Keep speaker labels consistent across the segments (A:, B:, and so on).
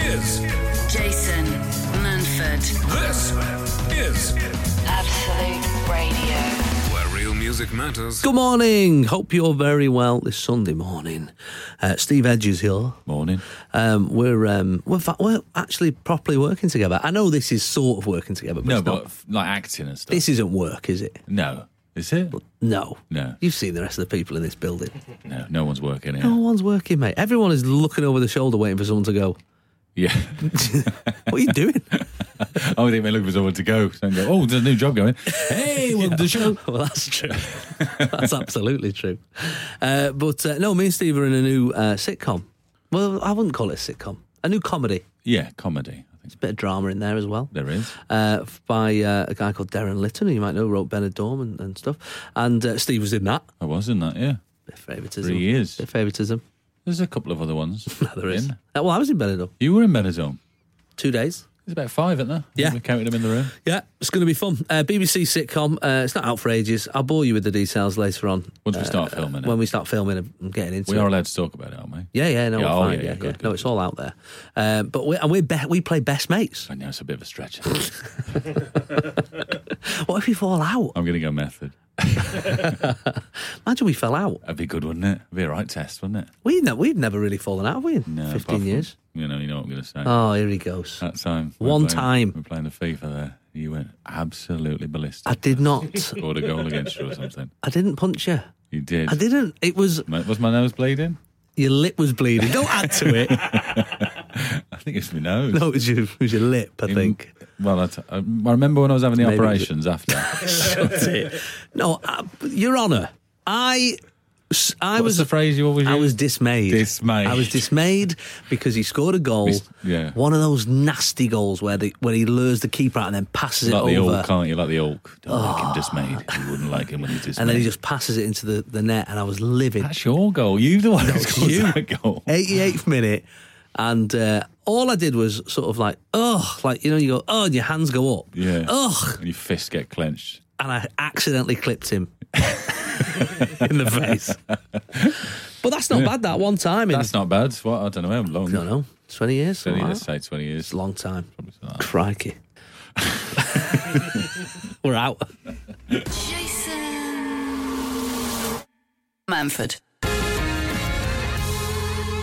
A: is
B: Jason Manford,
A: this is
B: Absolute Radio.
A: where real music matters.
C: Good morning. Hope you're very well this Sunday morning. Uh, Steve Edges here.
D: Morning.
C: Um, we're um, we're, fa- we're actually properly working together. I know this is sort of working together, but
D: No,
C: it's
D: but
C: not.
D: f- like acting and stuff.
C: This isn't work, is it?
D: no, is it?
C: No.
D: No.
C: You've seen the rest of the people in this building.
D: No, no one's working here.
C: No one's working, mate. Everyone is looking over the shoulder, waiting for someone to go.
D: Yeah.
C: What are you doing?
D: I think they're looking for someone to go. So they go, oh, there's a new job going. Hey, welcome to the show.
C: well, that's true. that's absolutely true. Uh, but uh, no, me and Steve are in a new uh, sitcom. Well, I wouldn't call it a sitcom. A new comedy.
D: Yeah, comedy. I think
C: Bit of drama in there as well.
D: there is.
C: uh, by uh, a guy called Darren Litton, who you might know, wrote Benidorm and, and stuff. And uh, Steve was in that.
D: I was in that, yeah.
C: Bit of favouritism.
D: Three years.
C: Bit of favouritism.
D: There's a couple of other ones.
C: There is.
D: In.
C: Uh, well, I was in Benidorm.
D: You were in Metazone.
C: Two days.
D: There's about five, isn't there?
C: Yeah.
D: We counted them in the room.
C: Yeah, it's going to be fun. Uh, BBC sitcom. Uh, it's not out for ages. I'll bore you with the details later on.
D: Once we
C: uh,
D: start filming it.
C: When we start filming and getting into
D: we
C: it.
D: are allowed to talk about it, aren't we?
C: yeah, yeah, no,
D: Yeah,
C: we're
D: oh,
C: fine.
D: yeah, yeah, good, good,
C: no, it's all out there. Um, but we and we be- we play best mates.
D: I know it's a bit of a stretch.
C: What if we fall out?
D: I'm going to go method.
C: Imagine we fell out.
D: That'd be good, wouldn't it? Be a right test, wouldn't it?
C: We ne- we've never really fallen out, have we? In
D: No, apart
C: fifteen
D: from-
C: years.
D: You know, you know what I'm going to say.
C: Oh, here he goes.
D: That time. we
C: One
D: were playing-
C: time.
D: We were playing the FIFA there. You went absolutely ballistic.
C: I did not.
D: Scored a goal against you or something.
C: I didn't punch you.
D: You did.
C: I didn't. It was
D: My, was my nose bleeding?
C: your lip was bleeding. Don't add to it.
D: I think it's my nose.
C: No, it was your, it was your lip. I
D: In-
C: think.
D: Well, I, t- I remember when I was having the
C: Maybe it was-
D: operations after.
C: Shut it. No, I, Your Honour, I, s- I
D: What's
C: was.
D: the phrase you always
C: I
D: use?
C: was dismayed.
D: Dismayed.
C: I was dismayed because he scored a goal.
D: Mis- yeah.
C: One of those nasty goals where the, where he lures the keeper out and then passes
D: like
C: it
D: the
C: over. Ah.
D: Hulk, can't you? Like the Hulk. Don't like him dismayed. You wouldn't like him when he's dismayed.
C: and then he just passes it into the, the net, and I was living.
D: That's your goal. You the one who scored
C: you.
D: that goal.
C: 88th minute, and uh, all I did was sort of like, oh, like you know, you go, oh, and your hands go up,
D: Yeah.
C: ugh,
D: And your fists get clenched.
C: and I accidentally clipped him in the face. but that's not bad. That one time in
D: That's not bad. What? I don't know. How long?
C: I don't know, 20 years, something
D: 20,
C: like
D: let's
C: that.
D: say 20 years.
C: it's a long time.
D: Something like that.
C: Crikey, we're out.
B: Jason Manford,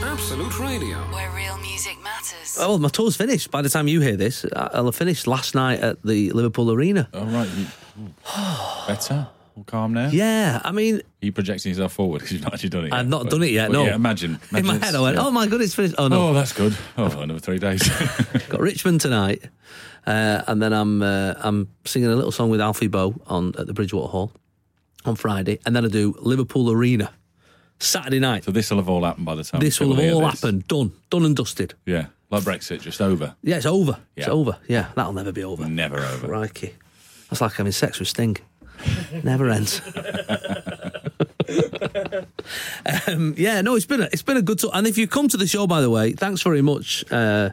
A: Absolute Radio.
B: where real music matters.
C: Oh, my tour's finished. By the time you hear this, I- I'll have finished last night at the Liverpool Arena.
D: All Oh, right. You, ooh. better? All calm now?
C: Yeah, I mean,
D: Are you projecting yourself forward because you've not actually done it yet?
C: I've not
D: But-
C: done it yet.
D: but
C: No,
D: Yeah, imagine.
C: In my
D: imagine
C: head, I went,
D: yeah.
C: "Oh my god, it's finished." Oh no,
D: Oh, that's good. Oh, another three days.
C: Got Richmond tonight, uh, and then I'm uh, I'm singing a little song with Alfie Bow on at the Bridgewater Hall on Friday, and then I do Liverpool Arena Saturday night.
D: so this will have all happened by the time
C: this will
D: people
C: have
D: hear
C: all
D: this.
C: happened, done, done and dusted.
D: Yeah, like Brexit, just over,
C: Yeah, it's over. It's
D: Yeah.
C: over. Yeah, that'll never be over.
D: never over.
C: Crikey, that's like having sex with Sting. never ends. um, yeah, no, it's been a, it's been a good talk. And if you come to the show, by the way, thanks very much uh,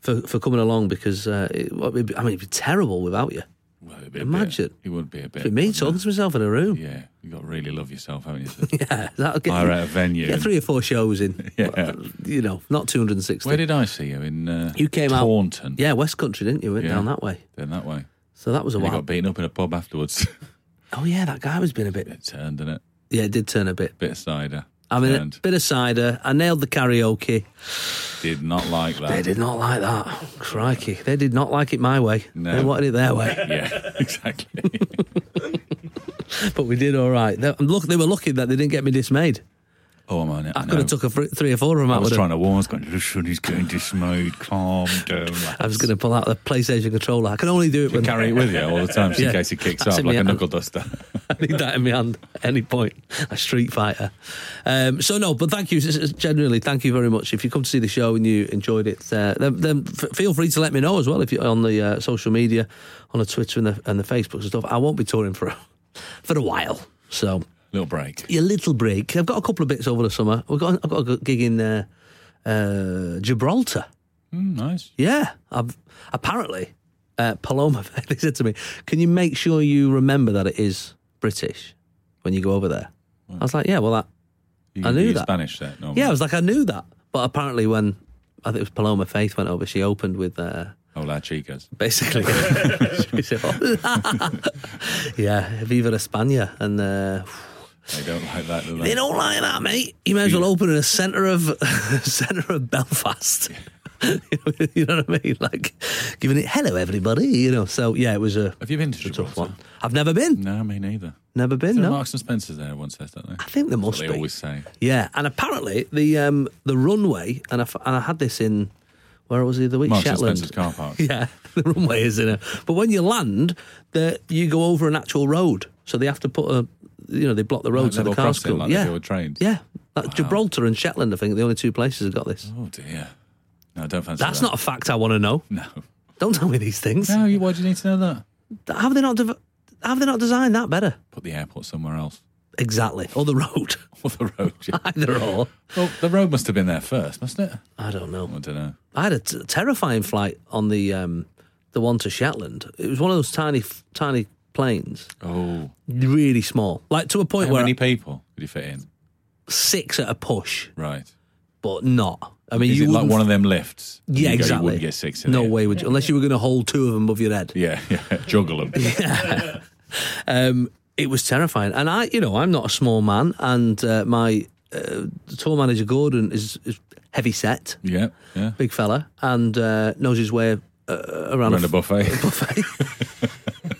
C: for for coming along because uh, it, it'd be- I mean it'd be terrible without you.
D: Well, it'd be a
C: Imagine.
D: bit, it would be a bit.
C: But me
D: wouldn't
C: talking to myself in a
D: it?
C: room.
D: Yeah, you got to really love yourself, haven't you?
C: Yeah, that'll get
D: Hire
C: you-
D: out a venue.
C: Get three or four shows in.
D: Yeah.
C: you know, not two hundred and sixty.
D: Where did I see you in? Uh,
C: you came out?
D: Taunton.
C: Yeah, West Country, didn't you? Went
D: Yeah.
C: down that way.
D: Then that way.
C: So that was a
D: And you
C: while.
D: got beaten up in a pub afterwards.
C: Oh yeah, that guy was being a bit.
D: it turned, didn't it?
C: Yeah, it did turn a bit.
D: Bit of cider.
C: I mean, a
D: turned.
C: bit of cider. I nailed the karaoke.
D: did not like that.
C: They did not like that. Crikey, they did not like it my way.
D: No.
C: They wanted it their way.
D: Yeah, exactly.
C: but we did all right. They, and look, they were lucky that they didn't get me dismayed.
D: oh man,
C: I, could have took a fr- three or four of them out.
D: I was
C: with a-
D: trying to warn. I was going, listen, he's getting dismayed. Calm down.
C: I was going to pull out the PlayStation controller. I can only do it when
D: carry it with you all the time, just
C: Yeah.
D: in case it kicks
C: That's
D: up
C: in my
D: like a
C: hand.
D: knuckle duster.
C: I need that in my hand at any point. A Street Fighter. Um, so no, but thank you. s- s- Generally, thank you very much. If you come to see the show and you enjoyed it, uh, then, then f- feel free to let me know as well. If you're on the uh, social media, on the Twitter and the, and the Facebook and stuff, I won't be touring for a, for a while. So
D: Little break.
C: your little break. I've got a couple of bits over the summer. We've got I've got a gig in uh, uh, Gibraltar.
D: Mm, nice.
C: Yeah, I've, apparently uh, Paloma. They said to me, "Can you make sure you remember that it is British when you go over there?" I was like, "Yeah, well, I,
D: You
C: I
D: can
C: knew
D: use
C: that.
D: Spanish there. Normally.
C: yeah." I was like, "I knew that," but apparently when I think it was Paloma Faith went over. She opened with uh,
D: Hola, chicas.
C: basically. she said, "Oh." yeah, Viva España, and uh,
D: They don't like that, do they?
C: they don't like that, mate. You may as well open in the centre of centre of Belfast. you know what I mean? Like giving it hello everybody. You know. So yeah, it was a,
D: Have you been to
C: a tough
D: Gibraltar?
C: one. I've never been.
D: No, me neither.
C: Never been.
D: There
C: No.
D: are Marks and Spencers there, everyone says, don't they?
C: I think there must
D: They
C: be.
D: always say.
C: Yeah, and apparently the um, the runway, and I, f- and I had this in where was it the other week?
D: Marks and
C: Shetland.
D: Spencer's car park.
C: yeah, the runway is in it. But when you land, the, you go over an actual road, so they have to put a you know they block the road
D: Like
C: so the
D: level
C: cars
D: crossing,
C: come.
D: like they
C: yeah,
D: do with trains.
C: yeah. Like Gibraltar and Shetland, I think, are the only two places have got this.
D: Oh, dear. No, don't fancy
C: That's
D: that.
C: not a fact I want to know.
D: No.
C: Don't tell me these things.
D: No, you, why do you need to know that?
C: Have they not? dev have they not designed that better?
D: Put the airport somewhere else.
C: Exactly, or the road,
D: Or the road. yeah.
C: either or.
D: well, the road must have been there first, mustn't it?
C: I don't know.
D: I don't know.
C: I had a t- terrifying flight on the um, the one to Shetland. It was one of those tiny, f- tiny planes,
D: Oh.
C: really small, like to a point
D: How
C: where
D: many people did you fit in?
C: six at a push,
D: Right.
C: but not. I mean,
D: Is
C: you
D: it like
C: wouldn't-
D: one of them lifts?
C: yeah,
D: You go,
C: exactly.
D: You wouldn't get six in
C: No
D: it.
C: way would you, unless you were going to hold two of them above your head.
D: Yeah, yeah. Juggle them.
C: Um, it was terrifying, and I, you know, I'm not a small man, and uh, my uh, tour manager Gordon is, is heavy set,
D: yeah, yeah.
C: big fella, and uh, knows his way uh, around a
D: Around a buffet.
C: buffet.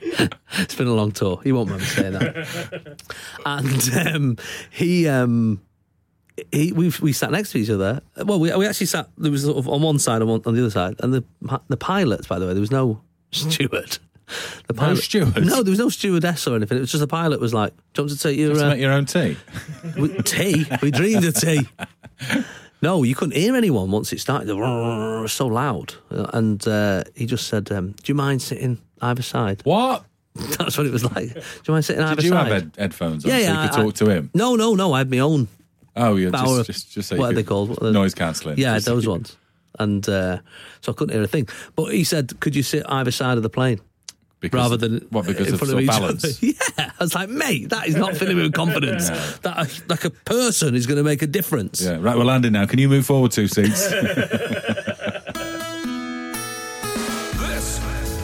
C: it's been a long tour. He won't mind me saying that. And um, he, um, he, we we sat next to each other. Well, we we actually sat. There was sort of on one side and one on the other side. And the the pilots, by the way, there was no steward. The pilot,
D: steward?
C: No, there was no stewardess or anything. It was just the pilot was like, "Do you want to take your
D: to
C: uh,
D: make your own tea.
C: we- tea. We dreamed of tea. No, you couldn't hear anyone once it started. It was so loud. And uh, he just said, um, Do you mind sitting either side?
D: What?
C: That's what it was like. Do you mind sitting either
D: Did you
C: side?
D: have head- headphones on
C: yeah,
D: so
C: yeah.
D: you could
C: I-
D: talk to him?
C: No, no, no. I had my own.
D: Oh, yeah,
C: Bauer-
D: just, just, just so you
C: what are
D: could-
C: they called? What are they-
D: Noise cancelling.
C: Yeah,
D: Just-
C: those ones. And uh, so I couldn't hear a thing. But he said, Could you sit either side of the plane?
D: because-
C: Rather than
D: what because
C: in
D: of,
C: front
D: sort
C: each
D: of
C: other.
D: balance.
C: yeah, I was like, mate, that is not filling me with confidence. That like a person is going to make a difference.
D: Yeah, right. We're landing now. Can you move forward two seats?
A: This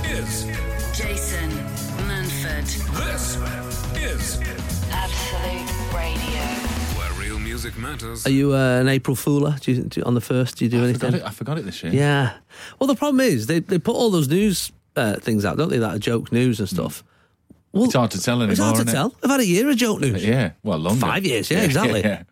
A: is
B: Jason Manford.
A: this is
B: Absolute Radio.
A: where real music matters.
C: Are you uh, an April Fooler? Do you, do, you- on the first, do you do
D: I,
C: anything?
D: forgot it, I forgot it this year.
C: Yeah. Well, the problem is they, they put all those news uh, things out, don't they? That are joke news and stuff. Well,
D: Hmm. It's hard to tell anymore.
C: it's hard to
D: isn't it?
C: tell. I've had a year of joke news.
D: Yeah, well, longer.
C: Five years, yeah, exactly.
D: yeah.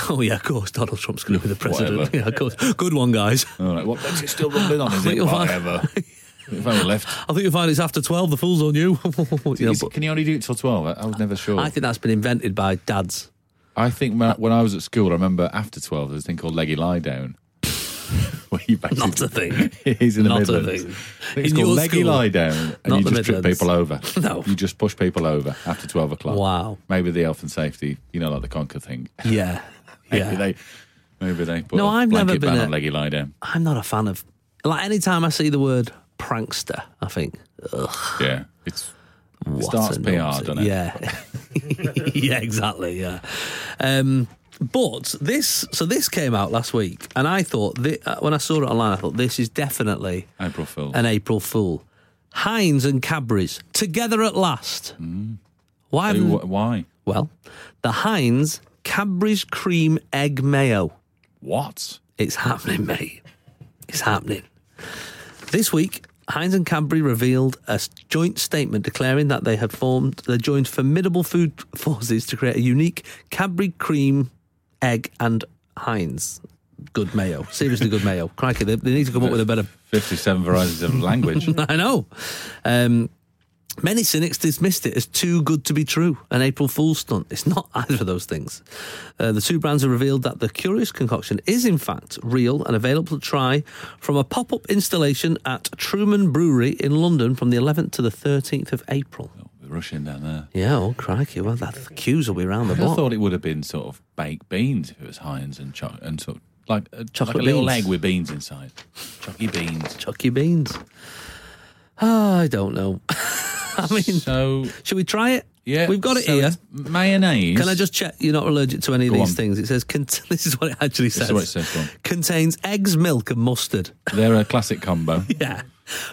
C: Oh yeah, of course. Donald Trump's going to be the president.
D: Whatever.
C: yeah, of course. Good one, guys.
D: All right, what well, it's still rumbling on, is
C: think
D: it?
C: you'll find-
D: Whatever. if I were left,
C: I think you'll find it's after twelve. The fool's on you. You know,
D: Is-
C: but
D: can you only do it till twelve? I, I was never sure.
C: I think that's been invented by dads.
D: I think my, when I was at school, I remember after 12, there was a thing called Leggy Lie Down. Where you basically-
C: Not a thing.
D: He's in the
C: Not a
D: Midlands.
C: thing.
D: I think It's
C: In
D: called
C: your
D: Leggy
C: school?
D: Lie Down. And
C: Not
D: you
C: the
D: just trip
C: Midlands.
D: people over.
C: No.
D: You just push people over after 12 o'clock.
C: Wow.
D: Maybe the health and safety, you know, like the Conquer thing.
C: Yeah.
D: Maybe
C: Yeah.
D: they. Maybe they put
C: No,
D: a
C: I've never
D: blanket
C: been
D: ban
C: a-
D: on leggy lie down.
C: I'm not a fan of like any time I see the word prankster, I think
D: Yeah, it's it
C: What
D: starts
C: a
D: PR,
C: nonsense.
D: doesn't it?
C: Yeah. yeah, exactly. Yeah. Um, but this, so this came out last week, and I thought, thi- uh when I saw it online, I thought this is definitely
D: April Fool.
C: an April Fool. Heinz and Cadbury's together at last.
D: Mm.
C: Why?
D: Who,
C: haven't-
D: wh- why?
C: well, the Heinz Cadbury's cream egg mayo.
D: What?
C: It's happening, mate. It's happening. This week, Heinz and Cadbury revealed a s- joint statement declaring that they had formed, they joined formidable food forces to create a unique Cadbury cream, egg, and Heinz. Good mayo. Seriously, good mayo. Crikey, they, they need to come up with a better.
D: 57 varieties of language.
C: I know. Um, many cynics dismissed it as too good to be true, an April Fool's stunt. It's not either of those things. Uh, the two brands have revealed that the curious concoction is, in fact, real and available to try from a pop up installation at Truman Brewery in London from the 11th to the 13th of April.
D: Russian down there.
C: Yeah, oh, crikey. Well, that, the queues will be round the
D: I
C: block.
D: thought it would have been sort of baked beans if it was Heinz and cho- and sort of like, a, like
C: Chocolate
D: a little
C: beans.
D: egg with beans inside. Chucky beans.
C: Chucky beans. Ah, I don't know. I mean,
D: So
C: should we try it?
D: Yeah,
C: We've got it
D: so
C: here.
D: it's Mayonnaise.
C: Can I just check you're not allergic to any of
D: Go
C: these
D: on.
C: things? It says, cont- this is what it actually says.
D: is what it says, go on.
C: Contains eggs, milk, and mustard.
D: They're a classic combo.
C: Yeah.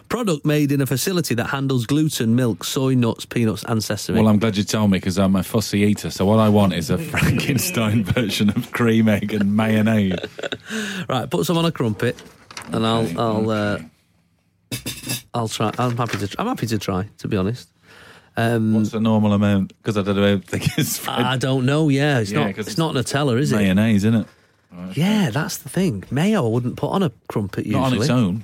C: Product made in a facility that handles gluten, milk, soy nuts, peanuts, and sesame.
D: Well, I'm glad you told me because I'm a fussy eater. So what I want is a Frankenstein version of cream egg and mayonnaise.
C: right, put some on a crumpet, and I'll
D: Okay,
C: I'll
D: okay.
C: uh, I'll try. I'm happy to. I'm happy to try. To be honest,
D: What's the normal amount? Because I don't think it's
C: I, don't know. Yeah, it's
D: Yeah,
C: not.
D: 'cause
C: It's
D: it's
C: not Nutella, Uh, is it?
D: mayonnaise, isn't it?
C: Yeah, that's the thing. Mayo I wouldn't put on a crumpet usually.
D: Not on its own.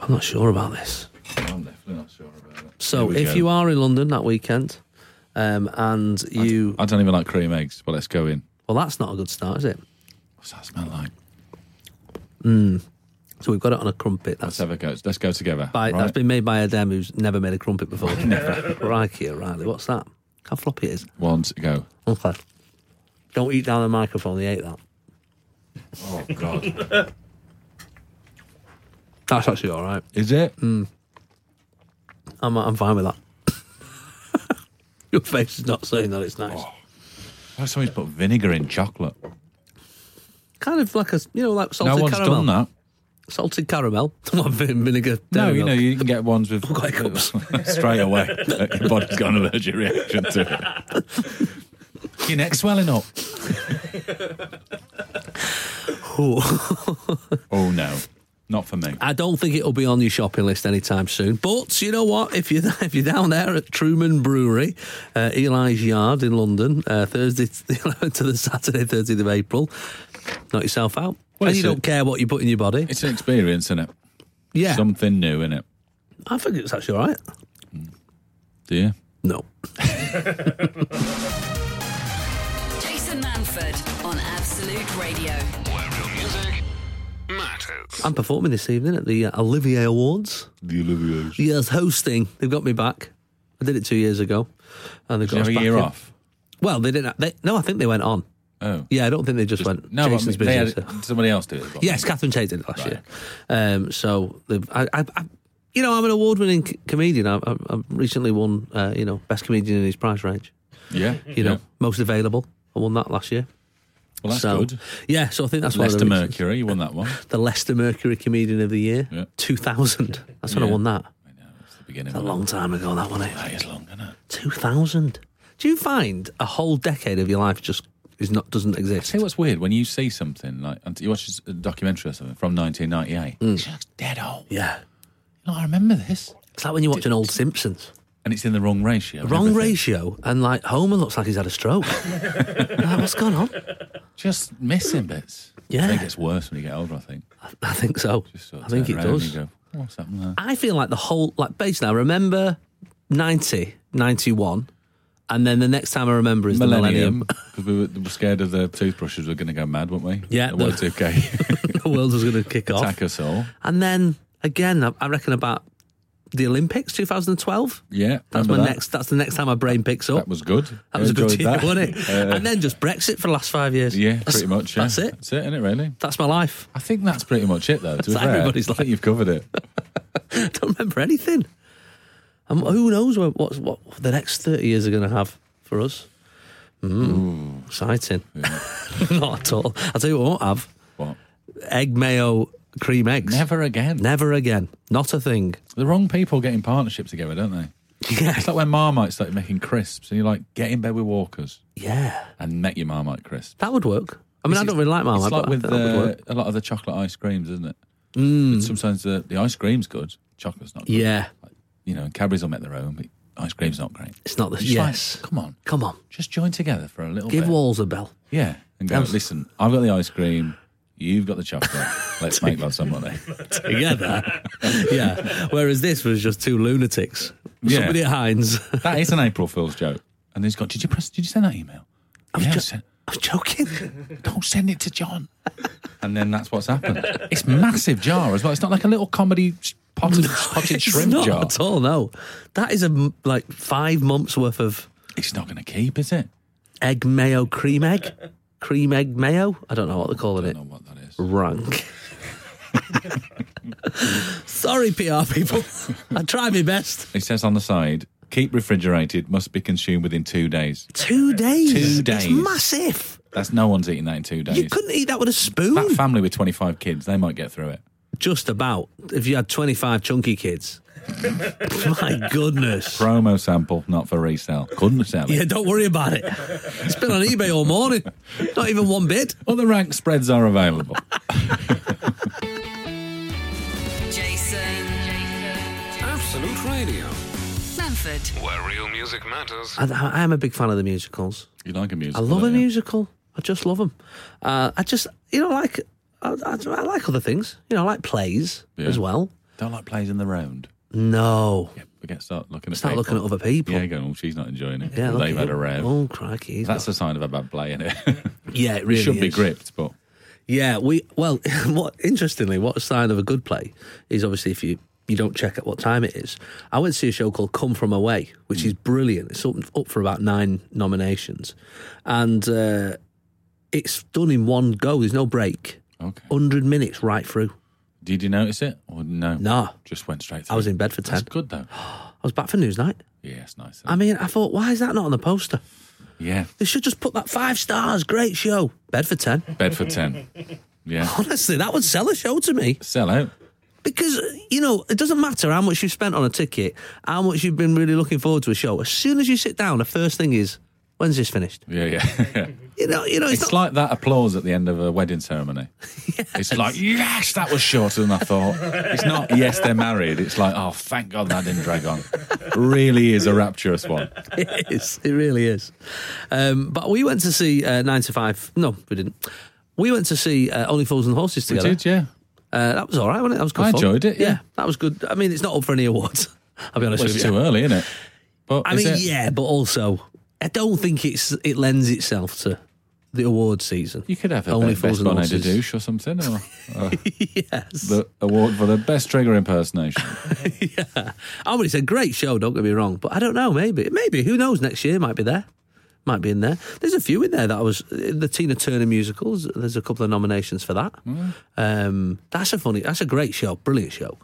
C: I'm not sure about this.
D: I'm definitely not sure about it.
C: So if you are in London that weekend, um, and you
D: I don't even like cream eggs, but let's go in.
C: well, that's not a good start, is it?
D: What's that smell like?
C: So we've got it on a crumpet.
D: Let's
C: That's
D: have a go. Let's go together.
C: by,
D: right?
C: that's been made by a dem who's never made a crumpet before. never. Crikey, O'Reilly, what's that? How floppy it is.
D: One to go.
C: Okay. Don't eat down the microphone. They ate that.
D: Oh God,
C: That's actually all right.
D: is it?
C: Hmm. I'm I'm fine with that. Your face is not saying that it's nice.
D: Oh. Why somebody's put vinegar in chocolate?
C: Kind of like a you know like
D: No
C: salted
D: one's
C: Oh, caramel.
D: done that.
C: Salted caramel. Not vin- vinegar.
D: No,
C: dairy
D: you know
C: milk.
D: you can get ones with
C: got hiccups.
D: straight away. Your body's got an allergic reaction to it. Your neck's swelling up. oh no, not for me.
C: I don't think it'll be on your shopping list anytime soon. But you know what? If you if you're down there at Truman Brewery, uh, Eli's Yard in London, uh, Thursday to the 11th to the Saturday 30th of April, knock yourself out.
D: Well,
C: and
D: it's
C: you don't
D: a-
C: care what you put in your body.
D: It's an experience, isn't it?
C: Yeah,
D: Something new, isn't it?
C: I think it's actually all right.
D: Do you?
C: No.
B: Jason Manford on Absolute Radio.
A: Where real music matters.
C: I'm performing this evening at the uh, Olivier Awards.
D: The Olivier's.
C: Yes, hosting. They've got me back. I did it two years ago, and they've
D: Did you
C: got us
D: have a
C: back
D: year
C: in.
D: off?
C: Well, they didn't. They, no, I think they went on.
D: Oh.
C: Yeah, I don't think they just, went.
D: No,
C: Jason's
D: but I mean,
C: busy.
D: they
C: so-
D: had somebody else do it. but-
C: Yes, Catherine Tate did it last
D: Right.
C: year. Um, so, the, I, I, I, you know, I'm an award-winning c- comedian. I, I, I recently won, uh, you know, best comedian in his price range.
D: Yeah.
C: You know,
D: yeah.
C: most available. I won that last year.
D: Well, that's
C: so,
D: good.
C: Yeah, so I think that's one of
D: Leicester
C: the reasons.
D: Mercury, you won that one.
C: the Leicester Mercury Comedian of the Year,
D: Yeah.
C: 2000. That's when I
D: Yeah.
C: won that.
D: I know, it's the beginning.
C: A
D: of it.
C: long time ago, that one. eh?
D: That is long, isn't it?
C: 2000. Do you find a whole decade of your life just is not doesn't exist?
D: Tell you what's weird when you see something like and you watch a documentary or something from 1998.
C: Hmm.
D: It looks dead old.
C: Yeah,
D: Like, I remember this,
C: it's like when you watch an old Simpsons.
D: and it's in the wrong ratio. and
C: Wrong
D: everything.
C: ratio, and like Homer looks like he's had a stroke. Like, what's going on?
D: Just missing bits.
C: Yeah.
D: I think it gets worse when you get older. I think.
C: I, I think so.
D: Just sort
C: I
D: of
C: think it
D: turn around and
C: does.
D: you go, "Oh, what's happened there?
C: I feel like the whole like basically I remember 90, 91, and then the next time I remember is the millennium.
D: Millennium. 'cause we, were, we were scared of the toothbrushes. We were going to go mad, weren't we?
C: Yeah,
D: The
C: the-
D: World 2K
C: the world was going to kick off.
D: attack us all.
C: And then again, I, I reckon about the Olympics 2012.
D: Yeah.
C: That's my
D: remember that?
C: next. That's the next time my brain picks up.
D: That was good.
C: That was a good
D: Enjoyed
C: year,
D: that.
C: wasn't it?
D: Uh,
C: and then just Brexit for the last five years.
D: yeah,
C: That's-
D: pretty much. Yeah.
C: That's it.
D: That's it, isn't it? Really.
C: That's my life.
D: I think that's pretty much it, though. To be
C: That's
D: fair,
C: everybody's
D: I think
C: life.
D: you've covered it.
C: I don't remember anything. And who knows what, what, what the next 30 years are going to have for us? Mm, exciting. Not at all. I'll tell you what I won't have
D: What?
C: egg mayo cream eggs.
D: Never again.
C: Never again. Not a thing.
D: The wrong people get in partnerships together, don't they?
C: Yeah.
D: It's like when Marmite started making crisps, and you're like, get in bed with Walkers
C: yeah.
D: and make your Marmite crisp.
C: That would work. I mean, I
D: It's-
C: don't really like Marmite,
D: It's like
C: but
D: with
C: Oh, I think that would
D: uh,
C: work.
D: a lot of the chocolate ice creams, isn't it? Mm. Sometimes the, the ice cream's good, chocolate's not good.
C: Yeah.
D: You know, and Cadbury's will make their own, but ice cream's not great.
C: It's not the.
D: It's like,
C: Yes.
D: come on.
C: Come on.
D: Just join together for a little
C: Give
D: bit.
C: Walls a bell.
D: yeah. And go, listen, I've got the ice cream, you've got the chocolate. Let's make lots of money.
C: together. yeah. Whereas this was just two lunatics.
D: Yeah.
C: Somebody at Heinz. I
D: That is an April Fool's joke. And he's got, did you press, did you send that email?
C: was
D: Yeah, I
C: ju-
D: sent-
C: was joking.
D: don't send it to John. And then that's what's happened. It's massive jar as well. It's not like a little comedy sh- potted, potted
C: It's
D: shrimp
C: not
D: jar.
C: at all. No, that is a m- like five months worth of
D: It's not going to keep, is it?
C: egg mayo cream egg, cream egg mayo. I don't know what they're calling
D: I
C: it.
D: don't know what that is.
C: Rank. Sorry, PR people. I try my best.
D: It says on the side, Keep refrigerated. Must be consumed within two days.
C: Two days.
D: Two
C: It's
D: days.
C: massive.
D: That's no one's eating that in two
C: You
D: days.
C: couldn't eat that with a spoon.
D: That family with 25 kids, they might get through it.
C: Just about. If you had 25 chunky kids. My goodness.
D: Promo sample, not for resale. Couldn't sell it.
C: Yeah, don't worry about it. It's been on eBay all morning. Not even one bit.
D: Other rank spreads are available.
B: Jason.
A: Absolute Radio,
B: Manford.
A: where real music matters.
C: I, I am a big fan of the musicals.
D: you like a
C: I
D: musical?
C: love a
D: don't you?
C: musical. I just love them. Uh, I just, you know, like I, I, I like other things. You know, I like plays
D: Yeah.
C: as well.
D: Don't like plays in the round.
C: No,
D: Yeah, we get start looking at
C: start
D: people.
C: looking at other people.
D: Yeah, going, oh, she's not enjoying it.
C: Yeah,
D: Well,
C: look
D: they've
C: at
D: had
C: you.
D: a rev.
C: Oh crikey, he's
D: That's
C: got-
D: a sign of a bad play, isn't it?
C: yeah, it really
D: should be
C: is.
D: gripped, but
C: Yeah, we well, what interestingly, what a sign of a good play is obviously if you you don't check at what time it is. I went to see a show called Come From Away, which
D: Mm.
C: is brilliant. It's up, up for about nine nominations, and uh, it's done in one go. There's no break.
D: okay.
C: Hundred minutes right through.
D: Did you notice it? Or no?
C: No.
D: Just went straight through.
C: I was in bed for ten.
D: That's good, though.
C: I was back for Newsnight.
D: Yeah, it's nice. isn't
C: I
D: it?
C: mean, I thought, why is that not on the poster?
D: yeah,
C: They should just put that five stars. Great show. Bed for ten.
D: bed for 10. Yeah.
C: Honestly, that would sell a show to me.
D: Sell out.
C: Because, you know, it doesn't matter how much you've spent on a ticket, how much you've been really looking forward to a show. As soon as you sit down, the first thing is, when's this finished?
D: Yeah, yeah.
C: You know, you know, it's,
D: It's
C: not.
D: like that applause at the end of a wedding ceremony. It's like, yes, that was shorter than I thought. It's not, yes, they're married. It's like, oh, thank God that didn't drag on. Really is a rapturous one.
C: it is. It really is. Um, but we went to see uh, 9 to 5. No, we didn't. We went to see uh, Only Fools and Horses
D: We
C: together.
D: did, yeah.
C: Uh, that was all right, wasn't it? That was good
D: I
C: fun.
D: enjoyed it, yeah.
C: that was good. I mean, it's not up for any awards. I'll be honest
D: Well,
C: with
D: it's
C: you.
D: too early, isn't it? But
C: I
D: is
C: mean,
D: it?
C: yeah, but also, I don't think it's it lends itself to the award season.
D: You could have a
C: Only
D: Only
C: Fools
D: best
C: and
D: bonnet
C: Horses.
D: douche or something, or uh,
C: yes.
D: the award for the best trigger impersonation.
C: yeah. I mean, it's a great show, don't get me wrong, but I don't know, maybe. Maybe, who knows, next year might be there. Might be in there. There's a few in there that I was. The Tina Turner musicals, there's a couple of nominations for that. Um, that's a funny, that's a great show, brilliant show.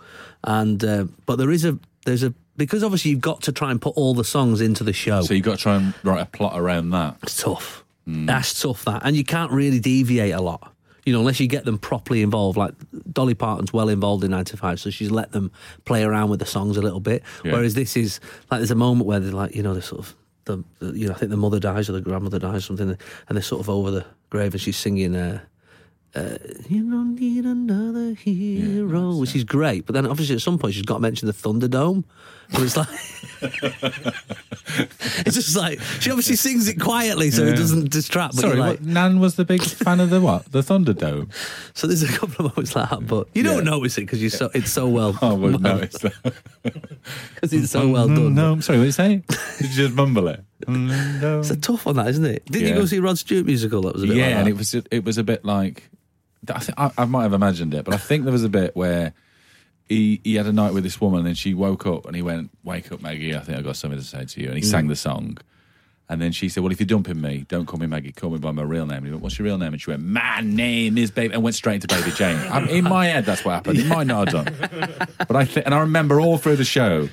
C: And, uh, but there is a, there's a, because obviously you've got to try and put all the songs into the show.
D: So you've got to try and write a plot around that.
C: It's tough. That's tough. That, and you can't really deviate a lot. You know, unless you get them properly involved. Like Dolly Parton's well involved in '95, so she's let them play around with the songs a little bit.
D: Yeah.
C: Whereas this is like there's a moment where they're like, you know, they're sort of the, the you know I think the mother dies or the grandmother dies or something, and they're sort of over the grave, and she's singing. Uh, uh, you don't need another hero, which is great. But then, obviously, at some point, she's got to mention the Thunderdome. So it's like, it's just like she obviously sings it quietly, so it
D: Yeah.
C: doesn't distract. But
D: Sorry,
C: you're like,
D: what, Nan was the big fan of the what? The Thunderdome.
C: So there's a couple of moments like that, but you don't
D: Yeah.
C: notice it because you so it's so well
D: I wouldn't notice that.
C: 'cause it's so well
D: Mm,
C: done.
D: No, I'm sorry, what did you say? Did you just mumble it? Mm, no.
C: It's a tough one, that isn't it? Did you
D: Yeah.
C: go see Rod Stewart musical? That was a bit
D: yeah,
C: like
D: and
C: that?
D: it was it was a bit like I, th- I, I might have imagined it, but I think there was a bit where he he had a night with this woman, and she woke up, and he went, "Wake up, Maggie! I think I have got something to say to you." And he
C: Mm.
D: sang the song, and then she said, "Well, if you're dumping me, don't call me Maggie. Call me by my real name." And he went, "What's your real name?" And she went, "My name is Baby," and went straight into Baby Jane. I, in my head, that's what happened. It might not have done, but I th- and I remember all through the show,